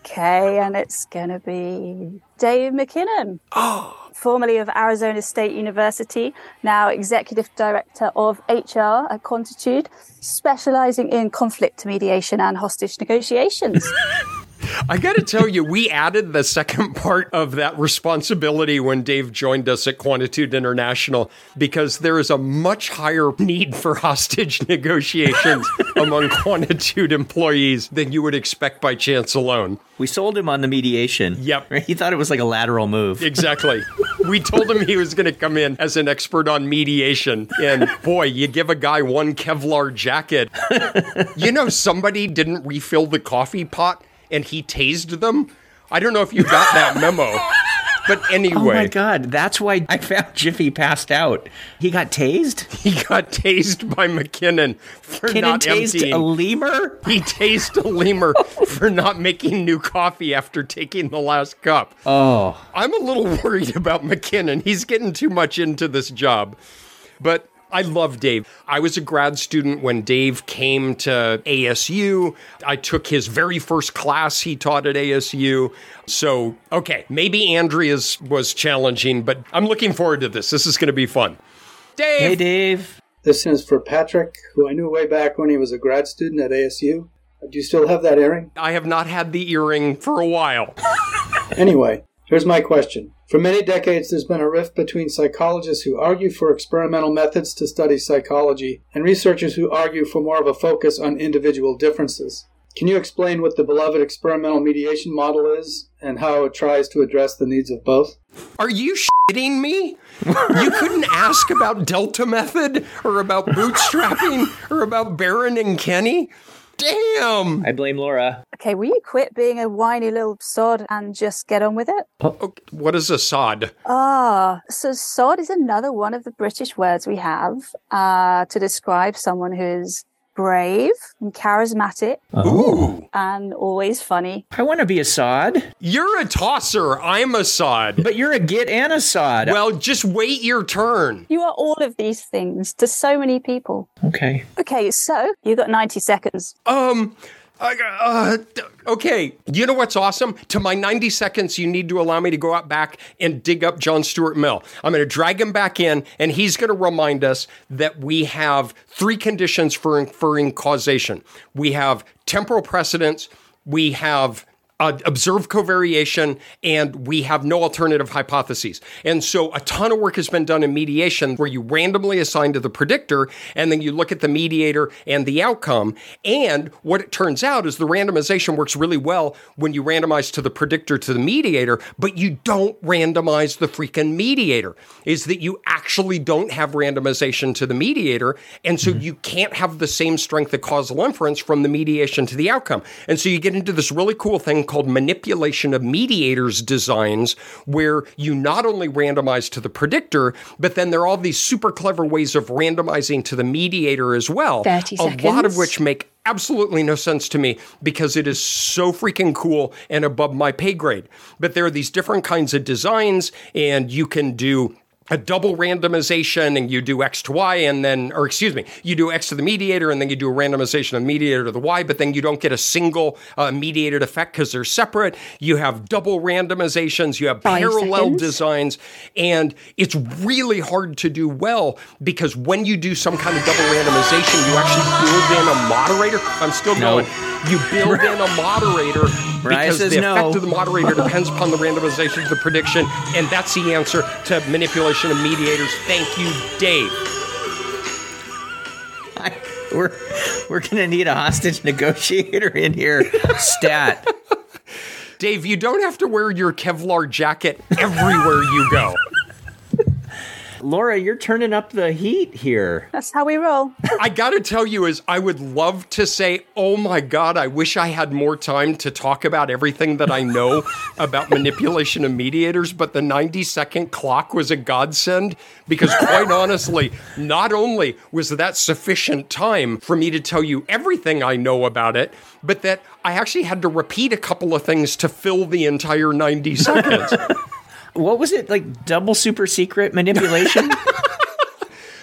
[SPEAKER 4] Okay, and it's going to be Dave McKinnon. Oh. Formerly of Arizona State University, now Executive Director of HR at Quantitude, specializing in conflict mediation and hostage negotiations.
[SPEAKER 2] I got to tell you, we added the second part of that responsibility when Dave joined us at Quantitude International because there is a much higher need for hostage negotiations among Quantitude employees than you would expect by chance alone.
[SPEAKER 1] We sold him on the mediation.
[SPEAKER 2] Yep.
[SPEAKER 1] Right? He thought it was like a lateral move.
[SPEAKER 2] Exactly. we told him he was going to come in as an expert on mediation. And boy, you give a guy one Kevlar jacket. you know, somebody didn't refill the coffee pot and he tased them. I don't know if you got that memo. But anyway,
[SPEAKER 1] Oh my god, that's why I found Jiffy passed out. He got tased?
[SPEAKER 2] he got tased by McKinnon for
[SPEAKER 1] Kinnan
[SPEAKER 2] not
[SPEAKER 1] tased
[SPEAKER 2] emptying.
[SPEAKER 1] a lemur?
[SPEAKER 2] he tased a lemur for not making new coffee after taking the last cup.
[SPEAKER 1] Oh.
[SPEAKER 2] I'm a little worried about McKinnon. He's getting too much into this job. But I love Dave. I was a grad student when Dave came to ASU. I took his very first class he taught at ASU. So, okay, maybe Andrea's was challenging, but I'm looking forward to this. This is going to be fun. Dave.
[SPEAKER 8] Hey, Dave.
[SPEAKER 9] This is for Patrick, who I knew way back when he was a grad student at ASU. Do you still have that earring?
[SPEAKER 2] I have not had the earring for a while.
[SPEAKER 9] Anyway, here's my question. For many decades, there's been a rift between psychologists who argue for experimental methods to study psychology and researchers who argue for more of a focus on individual differences. Can you explain what the beloved experimental mediation model is and how it tries to address the needs of both?
[SPEAKER 2] Are you shitting me? you couldn't ask about Delta Method or about bootstrapping or about Barron and Kenny? Damn!
[SPEAKER 8] I blame Laura.
[SPEAKER 4] Okay, will you quit being a whiny little sod and just get on with it?
[SPEAKER 2] Okay, What is a sod?
[SPEAKER 4] Ah, so sod is another one of the British words we have uh, to describe someone who is brave and charismatic
[SPEAKER 2] Ooh.
[SPEAKER 4] and always funny.
[SPEAKER 8] I want to be a sod,
[SPEAKER 2] You're a tosser. I'm a sod.
[SPEAKER 8] but you're a git and a sod.
[SPEAKER 2] Well, just wait your turn.
[SPEAKER 4] You are all of these things to so many people.
[SPEAKER 8] okay.
[SPEAKER 4] Okay, so you got 90 seconds.
[SPEAKER 2] Um. I- uh, d- okay, you know what's awesome? To my 90 seconds, you need to allow me to go out back and dig up John Stuart Mill. I'm going to drag him back in, and he's going to remind us that we have three conditions for inferring causation we have temporal precedence, we have uh, observed covariation, and we have no alternative hypotheses. And so a ton of work has been done in mediation where you randomly assign to the predictor, and then you look at the mediator and the outcome. And what it turns out is the randomization works really well when you randomize to the predictor to the mediator, but you don't randomize the freaking mediator, is that you actually don't have randomization to the mediator. And so you can't have the same strength of causal inference from the mediation to the outcome. And so you get into this really cool thing called manipulation of mediators designs, where you not only randomize to the predictor, but then there are all these super clever ways of randomizing to the mediator as well.
[SPEAKER 5] 30
[SPEAKER 2] A lot of
[SPEAKER 5] seconds.
[SPEAKER 2] which make absolutely no sense to me because it is so freaking cool and above my pay grade. But there are these different kinds of designs, and you can do a double randomization and you do x to y and then or excuse me you do x to the mediator and then you do a randomization of mediator to the y but then you don't get a single uh, mediated effect because they're separate you have double randomizations you have
[SPEAKER 5] Five
[SPEAKER 2] parallel
[SPEAKER 5] seconds.
[SPEAKER 2] designs and it's really hard to do well because when you do some kind of double randomization you actually build in a moderator i'm still
[SPEAKER 8] No.
[SPEAKER 2] going you build in a moderator
[SPEAKER 8] Mariah
[SPEAKER 2] because
[SPEAKER 8] says
[SPEAKER 2] the
[SPEAKER 8] no.
[SPEAKER 2] effect of the moderator depends upon the randomization of the prediction, and that's the answer to manipulation of mediators. Thank you, Dave.
[SPEAKER 8] I, we're we're gonna need a hostage negotiator in here. Stat.
[SPEAKER 2] Dave, you don't have to wear your Kevlar jacket everywhere you go.
[SPEAKER 8] Laura, you're turning up the heat here.
[SPEAKER 4] That's how we roll.
[SPEAKER 2] I gotta tell you, is I would love to say, oh my God, I wish I had more time to talk about everything that I know about manipulation of mediators, but the 90 second clock was a godsend because, quite honestly, not only was that sufficient time for me to tell you everything I know about it, but that I actually had to repeat a couple of things to fill the entire 90 seconds.
[SPEAKER 8] What was it like? Double super secret manipulation.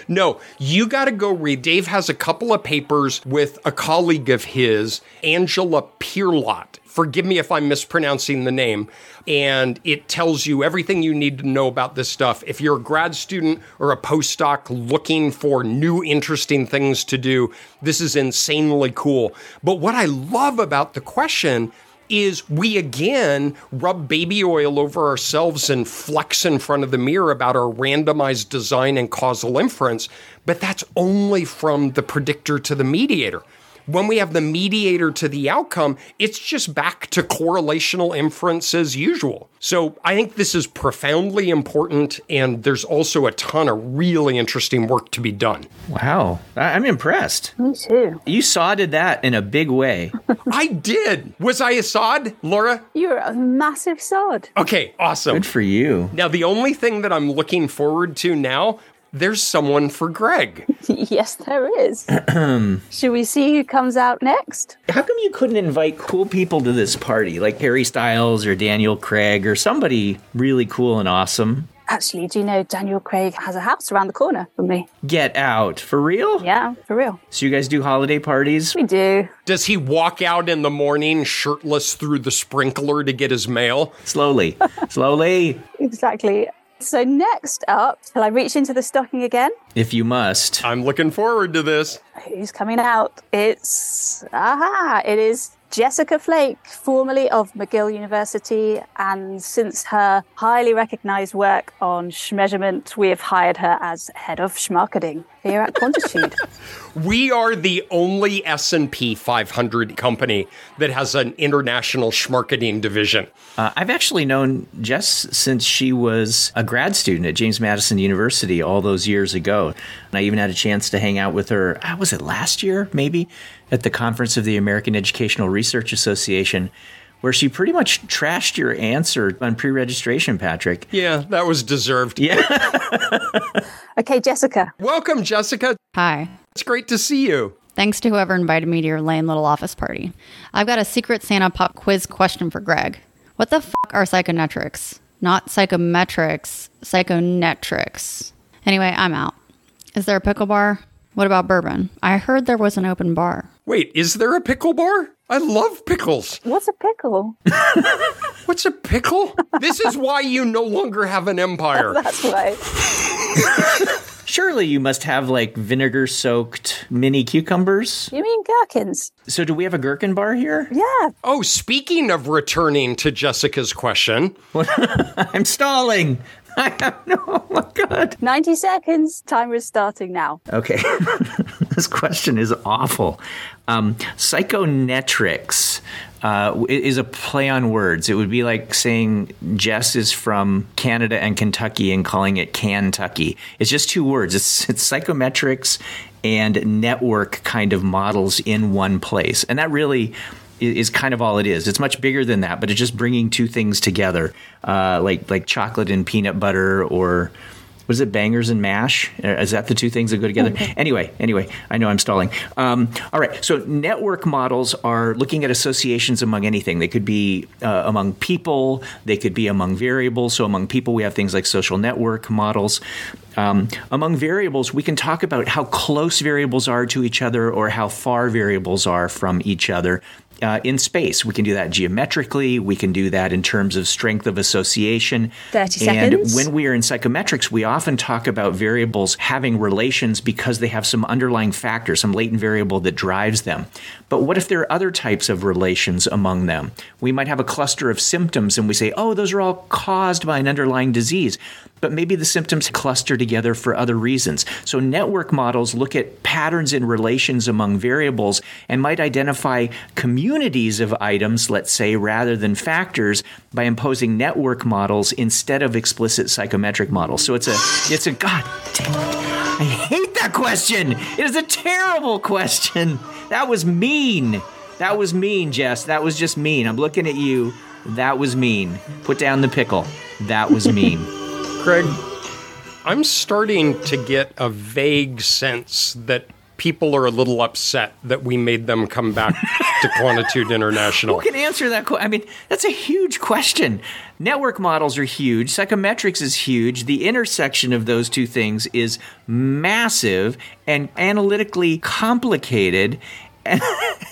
[SPEAKER 2] No, you got to go read. Dave has a couple of papers with a colleague of his, Angela Pierlot. Forgive me if I'm mispronouncing the name. And it tells you everything you need to know about this stuff. If you're a grad student or a postdoc looking for new, interesting things to do, this is insanely cool. But what I love about the question is we again rub baby oil over ourselves and flex in front of the mirror about our randomized design and causal inference, but that's only from the predictor to the mediator. When we have the mediator to the outcome, it's just back to correlational inference as usual. So I think this is profoundly important, and there's also a ton of really interesting work to be done.
[SPEAKER 8] wow, I, I'm impressed.
[SPEAKER 4] Me too.
[SPEAKER 8] You sodded that in a big way.
[SPEAKER 2] I did. Was I Assad, Laura?
[SPEAKER 4] You're a massive sod.
[SPEAKER 2] Okay, awesome.
[SPEAKER 8] Good for you.
[SPEAKER 2] Now, the only thing that I'm looking forward to now, there's someone for Greg.
[SPEAKER 4] yes, there is. Should we see who comes out next?
[SPEAKER 8] How come you couldn't invite cool people to this party, like Harry Styles or Daniel Craig or somebody really cool and awesome?
[SPEAKER 4] Actually, do you know Daniel Craig has a house around the corner from me?
[SPEAKER 1] Get out. For real?
[SPEAKER 4] Yeah, for real.
[SPEAKER 1] So you guys do holiday parties?
[SPEAKER 4] We do.
[SPEAKER 2] Does he walk out in the morning shirtless through the sprinkler to get his mail?
[SPEAKER 1] Slowly. Slowly.
[SPEAKER 4] Exactly. So next up, shall I reach into the stocking again?
[SPEAKER 1] If you must.
[SPEAKER 2] I'm looking forward to this.
[SPEAKER 4] Who's coming out? It's aha! It is Jessica Flake, formerly of McGill University, and since her highly recognised work on measurement, we have hired her as head of schmarketing here at Quantitude.
[SPEAKER 2] We are the only S&P 500 company that has an international schmarketing division.
[SPEAKER 1] Uh, I've actually known Jess since she was a grad student at James Madison University all those years ago. And I even had a chance to hang out with her, ah, was it last year, maybe, at the conference of the American Educational Research Association, where she pretty much trashed your answer on pre registration, Patrick.
[SPEAKER 2] Yeah, that was deserved. Yeah.
[SPEAKER 4] okay, Jessica.
[SPEAKER 2] Welcome, Jessica.
[SPEAKER 10] Hi.
[SPEAKER 2] It's great to see you.
[SPEAKER 10] Thanks to whoever invited me to your lame little office party. I've got a secret Santa pop quiz question for Greg. What the fuck are psychometrics? Not psychometrics, psychonetrics. Anyway, I'm out. Is there a pickle bar? What about bourbon? I heard there was an open bar.
[SPEAKER 2] Wait, is there a pickle bar? I love pickles.
[SPEAKER 4] What's a pickle?
[SPEAKER 2] What's a pickle? this is why you no longer have an empire.
[SPEAKER 4] That's why.
[SPEAKER 1] Surely you must have like vinegar soaked mini cucumbers.
[SPEAKER 4] You mean gherkins?
[SPEAKER 1] So, do we have a gherkin bar here?
[SPEAKER 4] Yeah.
[SPEAKER 2] Oh, speaking of returning to Jessica's question,
[SPEAKER 1] I'm stalling. I don't know. Oh my God.
[SPEAKER 4] 90 seconds. Timer is starting now.
[SPEAKER 1] Okay. this question is awful. Um, psychonetrics uh, w- is a play on words. It would be like saying Jess is from Canada and Kentucky and calling it Kentucky. It's just two words. It's, it's psychometrics and network kind of models in one place. And that really i- is kind of all it is. It's much bigger than that, but it's just bringing two things together, uh, like like chocolate and peanut butter, or what is it, bangers and mash? Uh, Is that the two things that go together? Anyway, anyway, I know I'm stalling. Um, all right, so network models are looking at associations among anything. They could be uh, among people, they could be among variables. So among people, we have things like social network models. Um, among variables, we can talk about how close variables are to each other or how far variables are from each other uh, in space. We can do that geometrically. We can do that in terms of strength of association.
[SPEAKER 11] 30
[SPEAKER 1] And
[SPEAKER 11] seconds.
[SPEAKER 1] when we are in psychometrics, we often talk about variables having relations because they have some underlying factor, some latent variable that drives them. But what if there are other types of relations among them? We might have a cluster of symptoms and we say, oh, those are all caused by an underlying disease. But maybe the symptoms cluster together for other reasons. So, network models look at patterns in relations among variables and might identify communities of items, let's say, rather than factors by imposing network models instead of explicit psychometric models. So, it's a, it's a, God damn it. I hate that question. It is a terrible question. That was mean. That was mean, Jess. That was just mean. I'm looking at you. That was mean. Put down the pickle. That was mean.
[SPEAKER 2] Craig, I'm starting to get a vague sense that people are a little upset that we made them come back to Quantitude International.
[SPEAKER 1] Who can answer that question? I mean, that's a huge question. Network models are huge. Psychometrics is huge. The intersection of those two things is massive and analytically complicated. And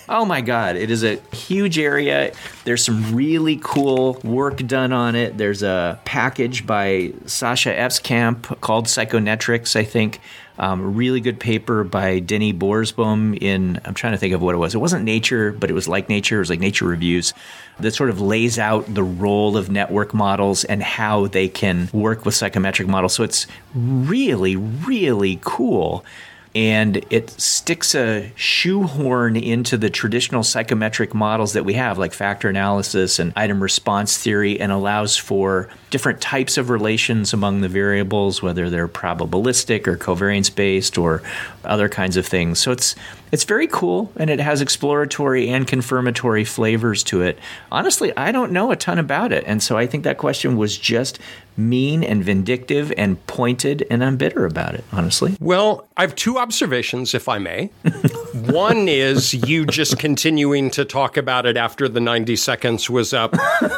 [SPEAKER 1] oh my God, it is a huge area. There's some really cool work done on it. There's a package by Sasha Epskamp called Psychonetrics, I think. Um, really good paper by Denny Boersboom in, I'm trying to think of what it was. It wasn't Nature, but it was like Nature. It was like Nature Reviews that sort of lays out the role of network models and how they can work with psychometric models. So it's really, really cool. And it sticks a shoehorn into the traditional psychometric models that we have, like factor analysis and item response theory, and allows for different types of relations among the variables, whether they're probabilistic or covariance based or other kinds of things. So it's it's very cool, and it has exploratory and confirmatory flavors to it. Honestly, I don't know a ton about it, and so I think that question was just
[SPEAKER 8] mean and vindictive and pointed, and I'm bitter about it, honestly.
[SPEAKER 2] Well, I have two observations, if I may. One is you just continuing to talk about it after the 90 seconds was up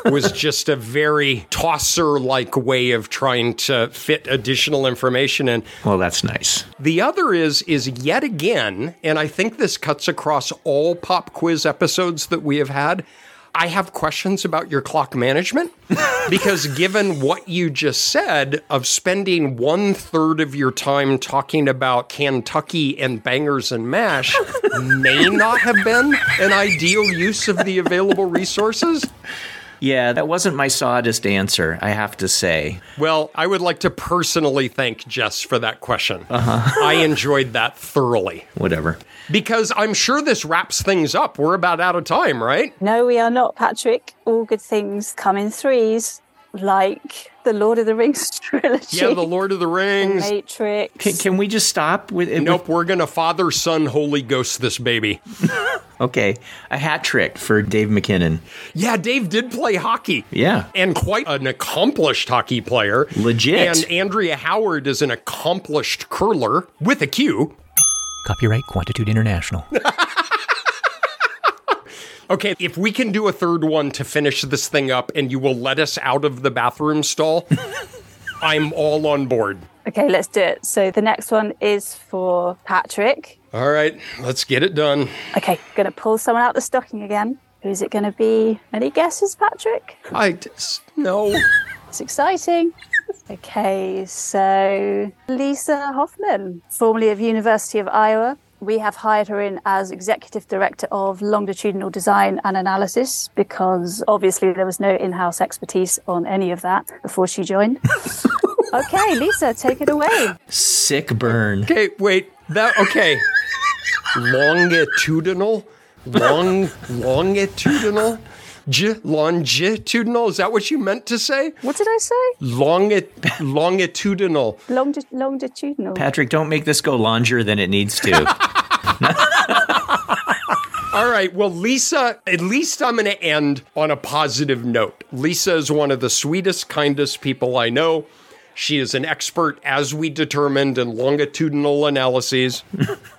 [SPEAKER 2] was just a very tosser like way of trying to fit additional information in.
[SPEAKER 8] Well, that's nice.
[SPEAKER 2] The other is is yet again, and I think this cuts across all pop quiz episodes that we have had. I have questions about your clock management because, given what you just said of spending one third of your time talking about Kentucky and bangers and mash, may not have been an ideal use of the available resources.
[SPEAKER 8] Yeah, that wasn't my sawdust answer, I have to say.
[SPEAKER 2] Well, I would like to personally thank Jess for that question. I enjoyed that thoroughly
[SPEAKER 8] Whatever.
[SPEAKER 2] because I'm sure this wraps things up. We're about out of time, right?
[SPEAKER 4] No, we are not, Patrick. All good things come in threes, like the Lord of the Rings trilogy,
[SPEAKER 2] Yeah, The Lord of the Rings.
[SPEAKER 4] Matrix.
[SPEAKER 8] Can, can we just stop with it?
[SPEAKER 2] Nope, we're gonna Father, Son, Holy Ghost this baby.
[SPEAKER 8] Okay, a hat trick for Dave McKinnon.
[SPEAKER 2] Yeah, Dave did play hockey.
[SPEAKER 8] Yeah.
[SPEAKER 2] And quite an accomplished hockey player.
[SPEAKER 8] Legit.
[SPEAKER 2] And Andrea Howard is an accomplished curler with a Q.
[SPEAKER 1] Copyright Quantitude International.
[SPEAKER 2] Okay, if we can do a third one to finish this thing up and you will let us out of the bathroom stall, I'm all on board.
[SPEAKER 4] Okay, let's do it. So the next one is for Patrick.
[SPEAKER 2] All right, let's get it done.
[SPEAKER 4] Okay, gonna pull someone out the stocking again. Who's it gonna be? Any guesses, Patrick?
[SPEAKER 2] I just, no.
[SPEAKER 4] It's exciting. Okay, so Lisa Hoffman, formerly of University of Iowa. We have hired her in as executive director of longitudinal design and analysis because obviously there was no in-house expertise on any of that before she joined. okay, Lisa, take it away.
[SPEAKER 8] Sick burn.
[SPEAKER 2] Okay, wait. That okay. longitudinal, long longitudinal, J, longitudinal. Is that what you meant to say?
[SPEAKER 4] What did I say?
[SPEAKER 2] Longi, longitudinal.
[SPEAKER 4] Longi- longitudinal.
[SPEAKER 8] Patrick, don't make this go longer than it needs to.
[SPEAKER 2] All right. Well, Lisa, at least I'm going to end on a positive note. Lisa is one of the sweetest, kindest people I know. She is an expert, as we determined, in longitudinal analyses.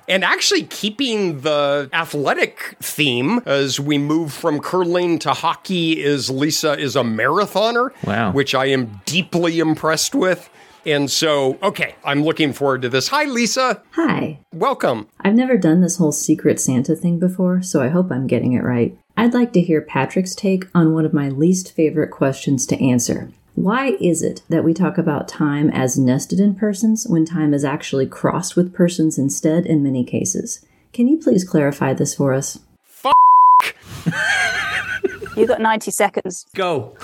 [SPEAKER 2] and actually, keeping the athletic theme as we move from curling to hockey is Lisa is a marathoner,
[SPEAKER 8] Wow.
[SPEAKER 2] which I am deeply impressed with. And so, okay, I'm looking forward to this. Hi, Lisa.
[SPEAKER 12] Hi.
[SPEAKER 2] Welcome.
[SPEAKER 12] I've never done this whole Secret Santa thing before, so I hope I'm getting it right. I'd like to hear Patrick's take on one of my least favorite questions to answer. Why is it that we talk about time as nested in persons when time is actually crossed with persons instead in many cases? Can you please clarify this for us?
[SPEAKER 4] You got 90 seconds.
[SPEAKER 8] go.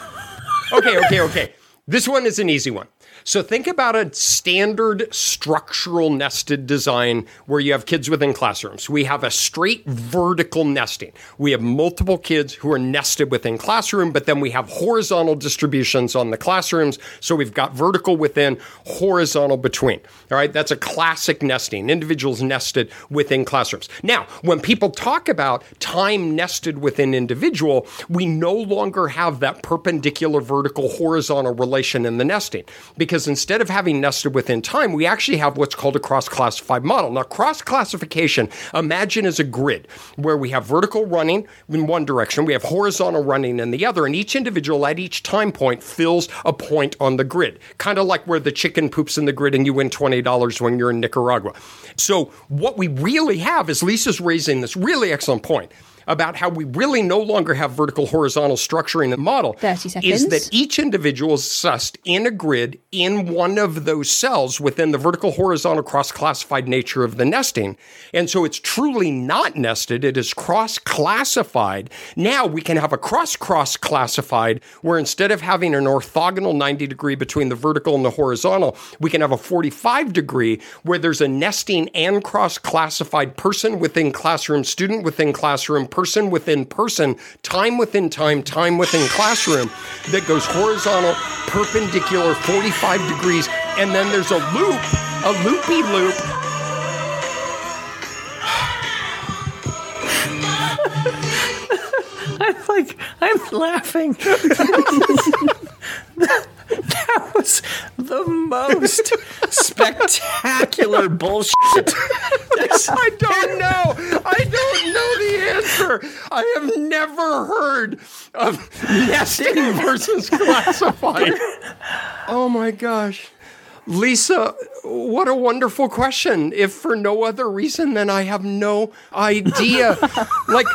[SPEAKER 2] okay, okay, okay. This one is an easy one. So think about a standard structural nested design where you have kids within classrooms. We have a straight vertical nesting. We have multiple kids who are nested within classroom, but then we have horizontal distributions on the classrooms. So we've got vertical within, horizontal between. All right, that's a classic nesting. Individuals nested within classrooms. Now, when people talk about time nested within individual, we no longer have that perpendicular vertical horizontal relation in the nesting because instead of having nested within time, we actually have what's called a cross classified model. Now, cross classification, imagine is a grid where we have vertical running in one direction, we have horizontal running in the other, and each individual at each time point fills a point on the grid, kind of like where the chicken poops in the grid and you win $20 when you're in Nicaragua. So, what we really have is Lisa's raising this really excellent point about how we really no longer have vertical horizontal structuring and model
[SPEAKER 5] 30
[SPEAKER 2] is
[SPEAKER 5] seconds.
[SPEAKER 2] that each individual is sussed in a grid in one of those cells within the vertical horizontal cross classified nature of the nesting. And so it's truly not nested, it is cross classified. Now we can have a cross cross classified where instead of having an orthogonal 90 degree between the vertical and the horizontal, we can have a 45 degree where there's a nesting and cross classified person within classroom, student within classroom, person within person, time within time, time within classroom that goes horizontal, perpendicular, 45 degrees, and then there's a loop, a loopy loop.
[SPEAKER 8] I'm like, I'm laughing. that, was the most spectacular bullshit.
[SPEAKER 2] I don't know. I don't know the answer. I have never heard of nesting versus classified. Oh my gosh. Lisa, what a wonderful question. If for no other reason than I have no idea. like,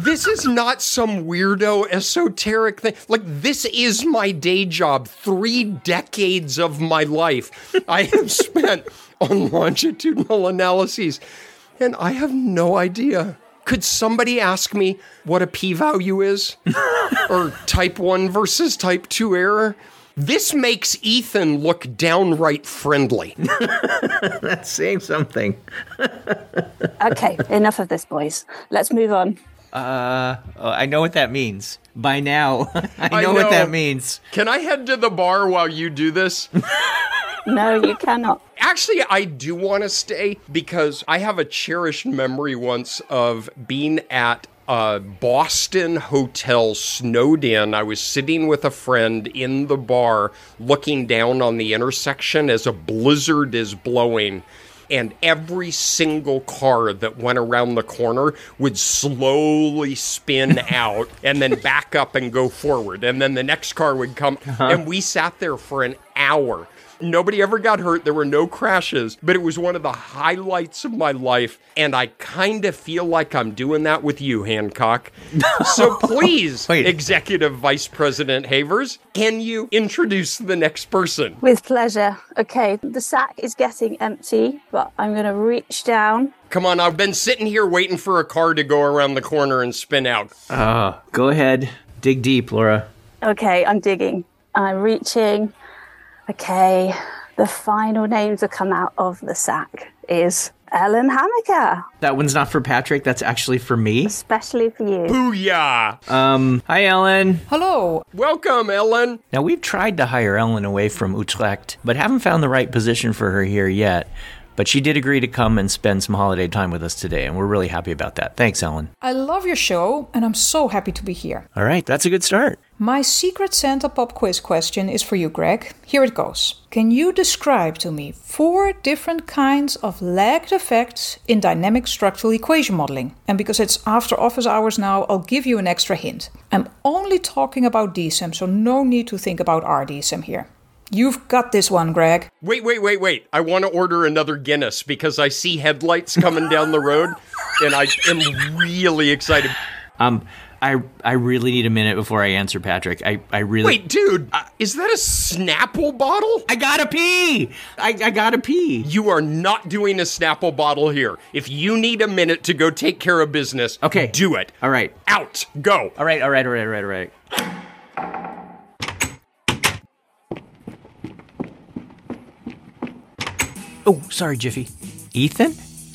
[SPEAKER 2] this is not some weirdo esoteric thing. Like, this is my day job. Three decades of my life I have spent on longitudinal analyses, and I have no idea. Could somebody ask me what a p value is? or type 1 versus type 2 error? This makes Ethan look downright friendly.
[SPEAKER 8] That's saying something.
[SPEAKER 4] Okay, enough of this, boys. Let's move on.
[SPEAKER 8] Uh, oh, I know what that means. By now, I know what that means.
[SPEAKER 2] Can I head to the bar while you do this?
[SPEAKER 4] No, you cannot.
[SPEAKER 2] Actually, I do want to stay because I have a cherished memory once of being at a Boston hotel snowed in. I was sitting with a friend in the bar looking down on the intersection as a blizzard is blowing. And every single car that went around the corner would slowly spin out and then back up and go forward. And then the next car would come. And we sat there for an hour. Nobody ever got hurt. There were no crashes, but it was one of the highlights of my life. And I kind of feel like I'm doing that with you, Hancock. So please, Executive Vice President Havers, can you introduce the next person?
[SPEAKER 4] With pleasure. Okay, the sack is getting empty, but I'm going to reach down.
[SPEAKER 2] Come on, I've been sitting here waiting for a car to go around the corner and spin out.
[SPEAKER 8] Uh, go ahead. Dig deep, Laura.
[SPEAKER 4] Okay, I'm digging. I'm reaching. Okay, the final name to come out of the sack is Ellen Hamaker,
[SPEAKER 8] That one's not for Patrick. That's actually for me.
[SPEAKER 4] especially for you.
[SPEAKER 2] Booyah!
[SPEAKER 8] Um, hi, Ellen.
[SPEAKER 6] Hello.
[SPEAKER 2] Welcome, Ellen.
[SPEAKER 1] Now, we've tried to hire Ellen away from Utrecht, but haven't found the right position for her here yet. But she did agree to come and spend some holiday time with us today, and we're really happy about that. Thanks, Ellen.
[SPEAKER 13] I love your show, and I'm so happy to be here.
[SPEAKER 1] All right, that's a good start.
[SPEAKER 13] My Secret Santa pop quiz question is for you, Greg. Here it goes. Can you describe to me four different kinds of lagged effects in dynamic structural equation modeling? And because it's after office hours now, I'll give you an extra hint. I'm only talking about DSM, so no need to think about RDSM E here. You've got this one, Greg.
[SPEAKER 2] Wait, wait, wait, wait. I want to order another Guinness because I see headlights coming down the road and I am really excited.
[SPEAKER 1] Um, I I really need a minute before I answer Patrick. I, I really
[SPEAKER 2] Wait, dude, is that a Snapple bottle?
[SPEAKER 8] I gotta pee. I, I gotta pee.
[SPEAKER 2] You are not doing a Snapple bottle here. If you need a minute to go take care of business,
[SPEAKER 1] Okay.
[SPEAKER 2] do it.
[SPEAKER 1] All right.
[SPEAKER 2] Out, go.
[SPEAKER 1] All right. All right. All right. All right. All right. Oh, sorry, Jiffy. Ethan,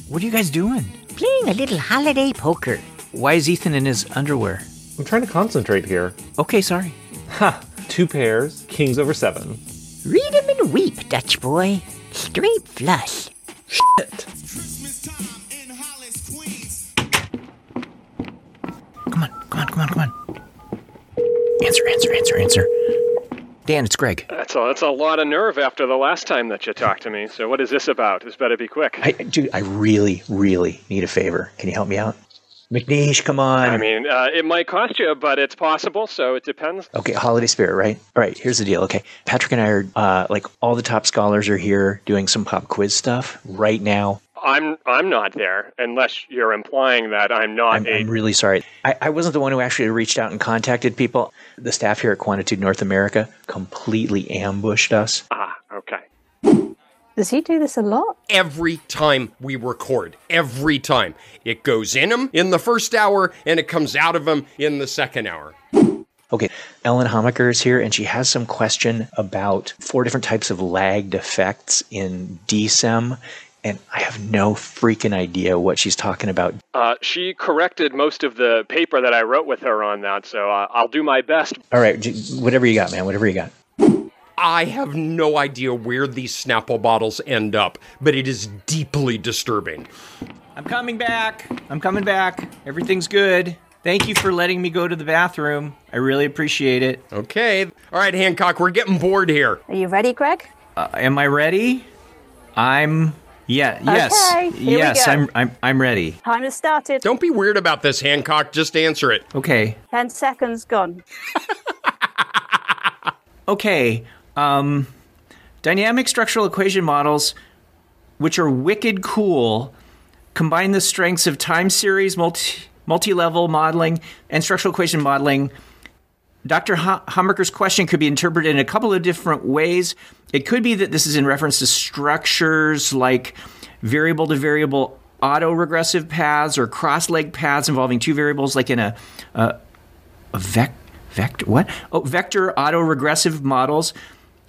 [SPEAKER 1] what are you guys doing?
[SPEAKER 3] Playing a little holiday poker.
[SPEAKER 1] Why is Ethan in his underwear?
[SPEAKER 14] I'm trying to concentrate here.
[SPEAKER 1] Okay, sorry.
[SPEAKER 14] Ha! Two pairs, kings over seven.
[SPEAKER 3] Read 'em and weep, Dutch boy. Straight flush.
[SPEAKER 1] Come on. Come on. Come on. Come on. Answer. Answer. Answer. Answer. Dan, it's Greg.
[SPEAKER 15] That's a, that's a lot of nerve after the last time that you talked to me. So what is this about? This better be quick.
[SPEAKER 1] I, dude, I really, really need a favor. Can you help me out? McNeish, come on.
[SPEAKER 15] I mean, uh, it might cost you, but it's possible, so it depends.
[SPEAKER 1] Okay, holiday spirit, right? All right, here's the deal. Okay, Patrick and I are uh, like all the top scholars are here doing some pop quiz stuff right now.
[SPEAKER 15] I'm I'm not there unless you're implying that I'm not
[SPEAKER 1] I'm,
[SPEAKER 15] a
[SPEAKER 1] I'm really sorry. I, I wasn't the one who actually reached out and contacted people. The staff here at Quantitude North America completely ambushed us.
[SPEAKER 15] ah okay.
[SPEAKER 4] Does he do this a lot?
[SPEAKER 2] Every time we record, every time it goes in him in the first hour and it comes out of him in the second hour.
[SPEAKER 1] Okay, Ellen Homaker is here, and she has some question about four different types of lagged effects in DSEM, and I have no freaking idea what she's talking about.
[SPEAKER 15] Uh, she corrected most of the paper that I wrote with her on that, so uh, I'll do my best.
[SPEAKER 1] All right, j- whatever you got, man, whatever you got.
[SPEAKER 2] I have no idea where these Snapple bottles end up, but it is deeply disturbing.
[SPEAKER 8] I'm coming back. I'm coming back. Everything's good.
[SPEAKER 1] Thank you for letting me go to the bathroom. I really appreciate it.
[SPEAKER 2] Okay. All right, Hancock, we're getting bored here.
[SPEAKER 4] Are you ready, Greg?
[SPEAKER 1] Uh, am I ready? I'm. Yeah. Yes.
[SPEAKER 4] Okay, here we
[SPEAKER 1] yes.
[SPEAKER 4] go.
[SPEAKER 1] I'm. I'm. I'm ready.
[SPEAKER 4] Time to start it.
[SPEAKER 2] Don't be weird about this, Hancock. Just answer it.
[SPEAKER 1] Okay.
[SPEAKER 4] Ten seconds gone.
[SPEAKER 1] Okay. Um, dynamic structural equation models, which are wicked cool, combine the strengths of time series, multi multi-level modeling, and structural equation modeling. Dr. Ha- Hammerker's question could be interpreted in a couple of different ways. It could be that this is in reference to structures like variable to variable autoregressive paths or cross leg paths involving two variables, like in a, a, a vec- vector, what? Oh, vector autoregressive models.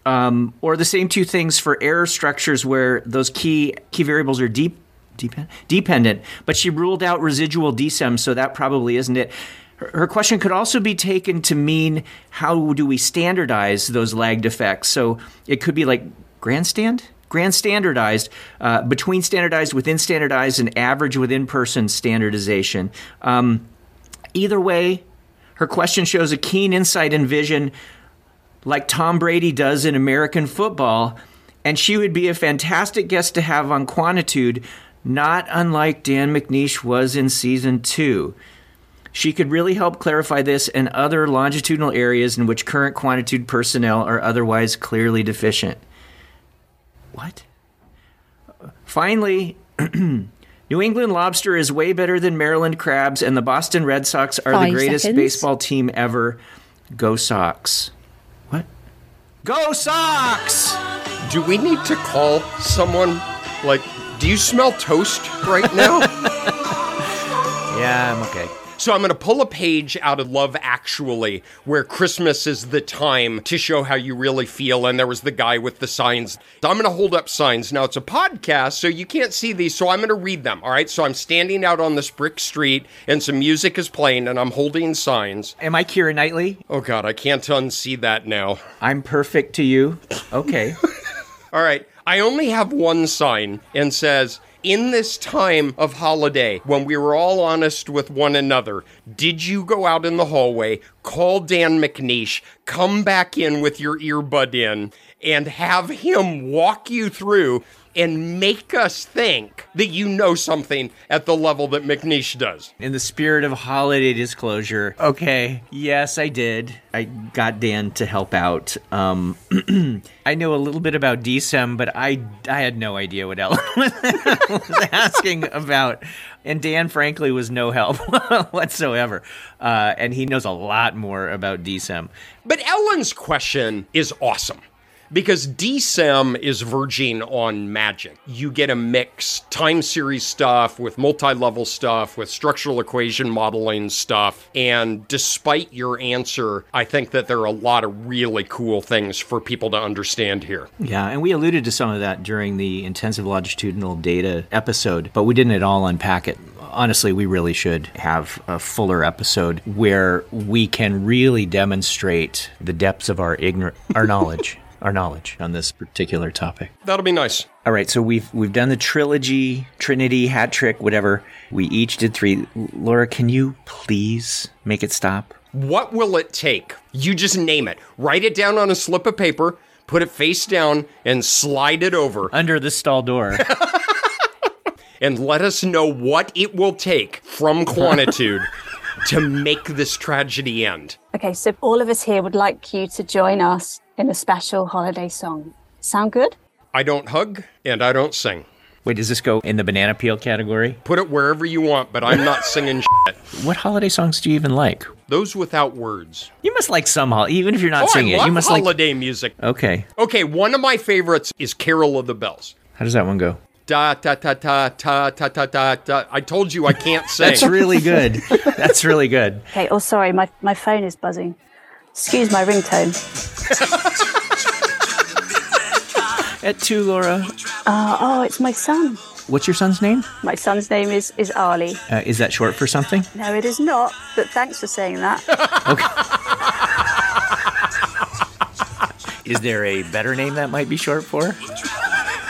[SPEAKER 1] Um, or the same two things for error structures where those key key variables are deep depend, dependent, but she ruled out residual DSEM, so that probably isn't it. Her her question could also be taken to mean how do we standardize those lagged effects? So it could be like grandstand, grand standardized, uh, between standardized, within standardized, and average within person standardization. Um, either way, her question shows a keen insight and vision like Tom Brady does in American football, and she would be a fantastic guest to have on Quantitude, not unlike Dan McNeish was in season two. She could really help clarify this and other longitudinal areas in which current Quantitude personnel are otherwise clearly deficient. What? Finally, New England lobster is way better than Maryland crabs, and the Boston Red Sox are
[SPEAKER 10] Five
[SPEAKER 1] the greatest
[SPEAKER 10] seconds.
[SPEAKER 1] baseball team ever. Go Sox. Go Sox!
[SPEAKER 2] Do we need to call someone? Like, do you smell toast right now?
[SPEAKER 1] yeah, I'm okay.
[SPEAKER 2] So I'm going to pull a page out of Love Actually, where Christmas is the time to show how you really feel. And there was the guy with the signs. So I'm going to hold up signs. Now it's a podcast, so you can't see these. So I'm going to read them. All right. So I'm standing out on this brick street, and some music is playing, and I'm holding signs.
[SPEAKER 1] Am I Kira Knightley?
[SPEAKER 2] Oh God, I can't unsee that now.
[SPEAKER 1] I'm perfect to you. Okay.
[SPEAKER 2] All right. I only have one sign and says, in this time of holiday, when we were all honest with one another, did you go out in the hallway, call Dan McNeish, come back in with your earbud in, and have him walk you through and make us think that you know something at the level that McNeish does?
[SPEAKER 1] In the spirit of holiday disclosure, okay, yes, I did. I got Dan to help out. Um, I know a little bit about DSEM, but I, I had no idea what Ellen was asking about. And Dan, frankly, was no help whatsoever. Uh, and he knows a lot more about E DSEM.
[SPEAKER 2] But Ellen's question is awesome because DSEM is verging on magic. You get a mix time series stuff with multi level stuff, with structural equation modeling stuff. And despite your answer, I think that there are a lot of really cool things for people to understand here.
[SPEAKER 1] Yeah, and we alluded to some of that during the intensive longitudinal data episode, but we didn't at all unpack it. Honestly, we really should have a fuller episode where we can really demonstrate the depths of our ignor- our knowledge, our knowledge on this particular topic.
[SPEAKER 2] That'll be nice.
[SPEAKER 1] All right, so we've we've done the trilogy, trinity, hat trick, whatever. We each did three. Laura, can you please make it stop?
[SPEAKER 2] What will it take? You just name it. Write it down on a slip of paper, put it face down, and slide it over.
[SPEAKER 1] Under the stall door.
[SPEAKER 2] and let us know what it will take from Quantitude to make this tragedy end.
[SPEAKER 4] Okay, so all of us here would like you to join us in a special holiday song. Sound good?
[SPEAKER 2] I don't hug and I don't sing.
[SPEAKER 1] Wait, does this go in the banana peel category?
[SPEAKER 2] Put it wherever you want, but I'm not singing shit.
[SPEAKER 1] What holiday songs do you even like?
[SPEAKER 2] Those without words.
[SPEAKER 1] You must like some holiday, even if you're not
[SPEAKER 2] oh,
[SPEAKER 1] singing
[SPEAKER 2] I
[SPEAKER 1] it.
[SPEAKER 2] love
[SPEAKER 1] You must like
[SPEAKER 2] holiday music.
[SPEAKER 1] Okay.
[SPEAKER 2] Okay, one of my favorites is Carol of the Bells.
[SPEAKER 1] How does that one go?
[SPEAKER 2] Da ta ta ta ta ta ta ta ta. I told you I can't sing.
[SPEAKER 1] That's really good. That's really good.
[SPEAKER 4] Okay, oh, sorry, my, my phone is buzzing. Excuse my ringtone.
[SPEAKER 1] At two, Laura.
[SPEAKER 4] Uh, oh, it's my son.
[SPEAKER 1] What's your son's name?
[SPEAKER 4] My son's name is, is Ali.
[SPEAKER 1] Uh, is that short for something?
[SPEAKER 4] No, it is not, but thanks for saying that.
[SPEAKER 1] Is there a better name that might be short for?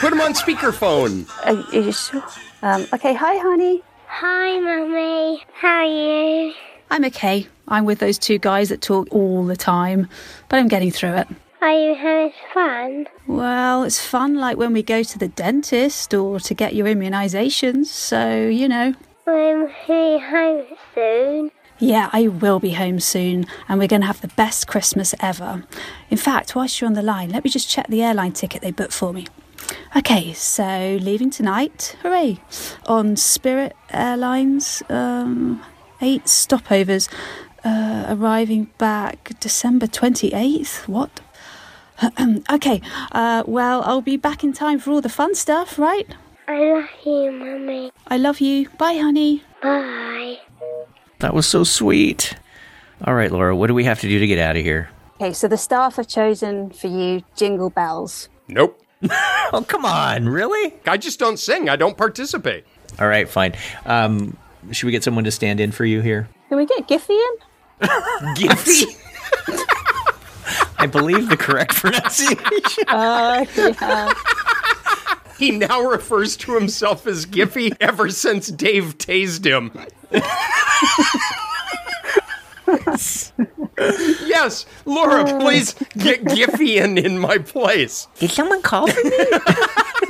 [SPEAKER 2] Put him on speakerphone.
[SPEAKER 4] Are, are you sure? Um, okay, hi, honey.
[SPEAKER 16] Hi, Mummy. How are you?
[SPEAKER 4] I'm okay. I'm with those two guys that talk all the time, but I'm getting through it.
[SPEAKER 10] Are you having fun?
[SPEAKER 4] Well, it's fun like when we go to the dentist or to get your immunisations, so you know.
[SPEAKER 10] I'm heading home soon.
[SPEAKER 4] Yeah, I will be home soon, and we're going to have the best Christmas ever. In fact, whilst you're on the line, let me just check the airline ticket they booked for me. Okay, so leaving tonight, hooray! On Spirit Airlines, um, eight stopovers, uh, arriving back December 28th. What? okay, uh, well, I'll be back in time for all the fun stuff, right?
[SPEAKER 10] I love you, Mummy.
[SPEAKER 4] I love you. Bye, honey.
[SPEAKER 10] Bye.
[SPEAKER 1] That was so sweet. All right, Laura, what do we have to do to get out of here?
[SPEAKER 17] Okay, so the staff have chosen for you jingle bells.
[SPEAKER 2] Nope.
[SPEAKER 1] oh, come on. Really?
[SPEAKER 2] I just don't sing. I don't participate.
[SPEAKER 1] All right, fine. Um, should we get someone to stand in for you here?
[SPEAKER 17] Can we get Giffy in?
[SPEAKER 1] Giffy? I believe the correct pronunciation.
[SPEAKER 17] Oh, yeah.
[SPEAKER 2] He now refers to himself as Giffy ever since Dave tased him. yes, Laura, please get Giffy in in my place.
[SPEAKER 3] Did someone call for me?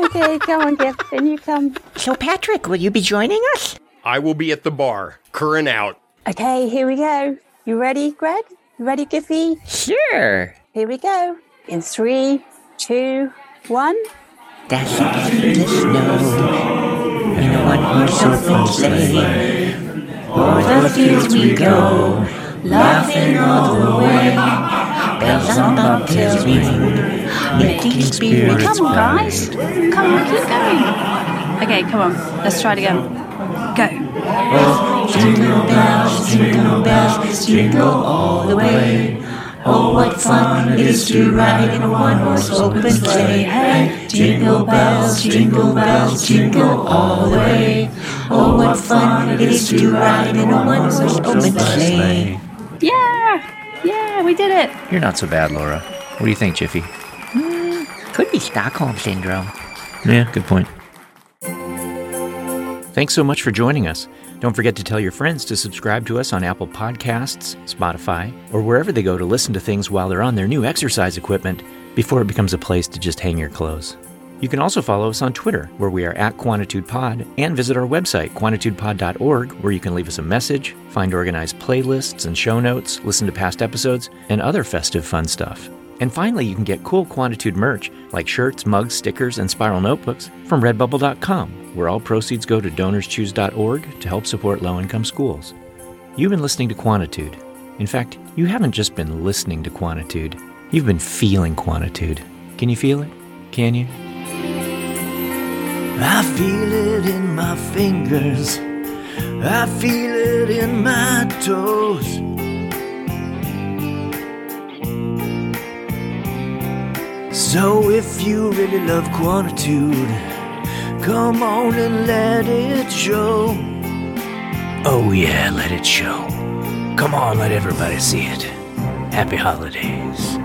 [SPEAKER 17] okay, go on, Giff. In you come.
[SPEAKER 3] So, Patrick, will you be joining us?
[SPEAKER 2] I will be at the bar. Curran out.
[SPEAKER 17] Okay, here we go. You ready, Greg? You ready, Giffy?
[SPEAKER 3] Sure.
[SPEAKER 17] Here we go. In three, two, one.
[SPEAKER 3] That's in the snow. And one more something say. O'er the fields we go, laughing all the way. Bells on bobtails ring, making spirits
[SPEAKER 4] Come on, guys. Come on, keep going. Okay, come on. Let's try it again. Go.
[SPEAKER 3] Oh, jingle bells, jingle bells, jingle all the way. Oh, what fun it is to ride in a one-horse open sleigh. Hey, jingle bells, jingle bells, jingle all the way. Oh, what fun it is to ride in a one-horse open sleigh.
[SPEAKER 4] Yeah. Yeah, we did it.
[SPEAKER 1] You're not so bad, Laura. What do you think, Jiffy?
[SPEAKER 3] Hmm, Could be Stockholm Syndrome.
[SPEAKER 1] Yeah, good point. Thanks so much for joining us. Don't forget to tell your friends to subscribe to us on Apple Podcasts, Spotify, or wherever they go to listen to things while they're on their new exercise equipment before it becomes a place to just hang your clothes. You can also follow us on Twitter, where we are at QuantitudePod, and visit our website, quantitudepod.org, where you can leave us a message, find organized playlists and show notes, listen to past episodes, and other festive fun stuff. And finally, you can get cool Quantitude merch like shirts, mugs, stickers, and spiral notebooks from redbubble.com, where all proceeds go to donorschoose.org to help support low income schools. You've been listening to Quantitude. In fact, you haven't just been listening to Quantitude, you've been feeling Quantitude. Can you feel it? Can you?
[SPEAKER 7] I feel it in my fingers. I feel it in my toes. So if you really love quantitude, come on and let it show.
[SPEAKER 1] Oh, yeah, let it show.
[SPEAKER 7] Come on, let everybody see it. Happy holidays.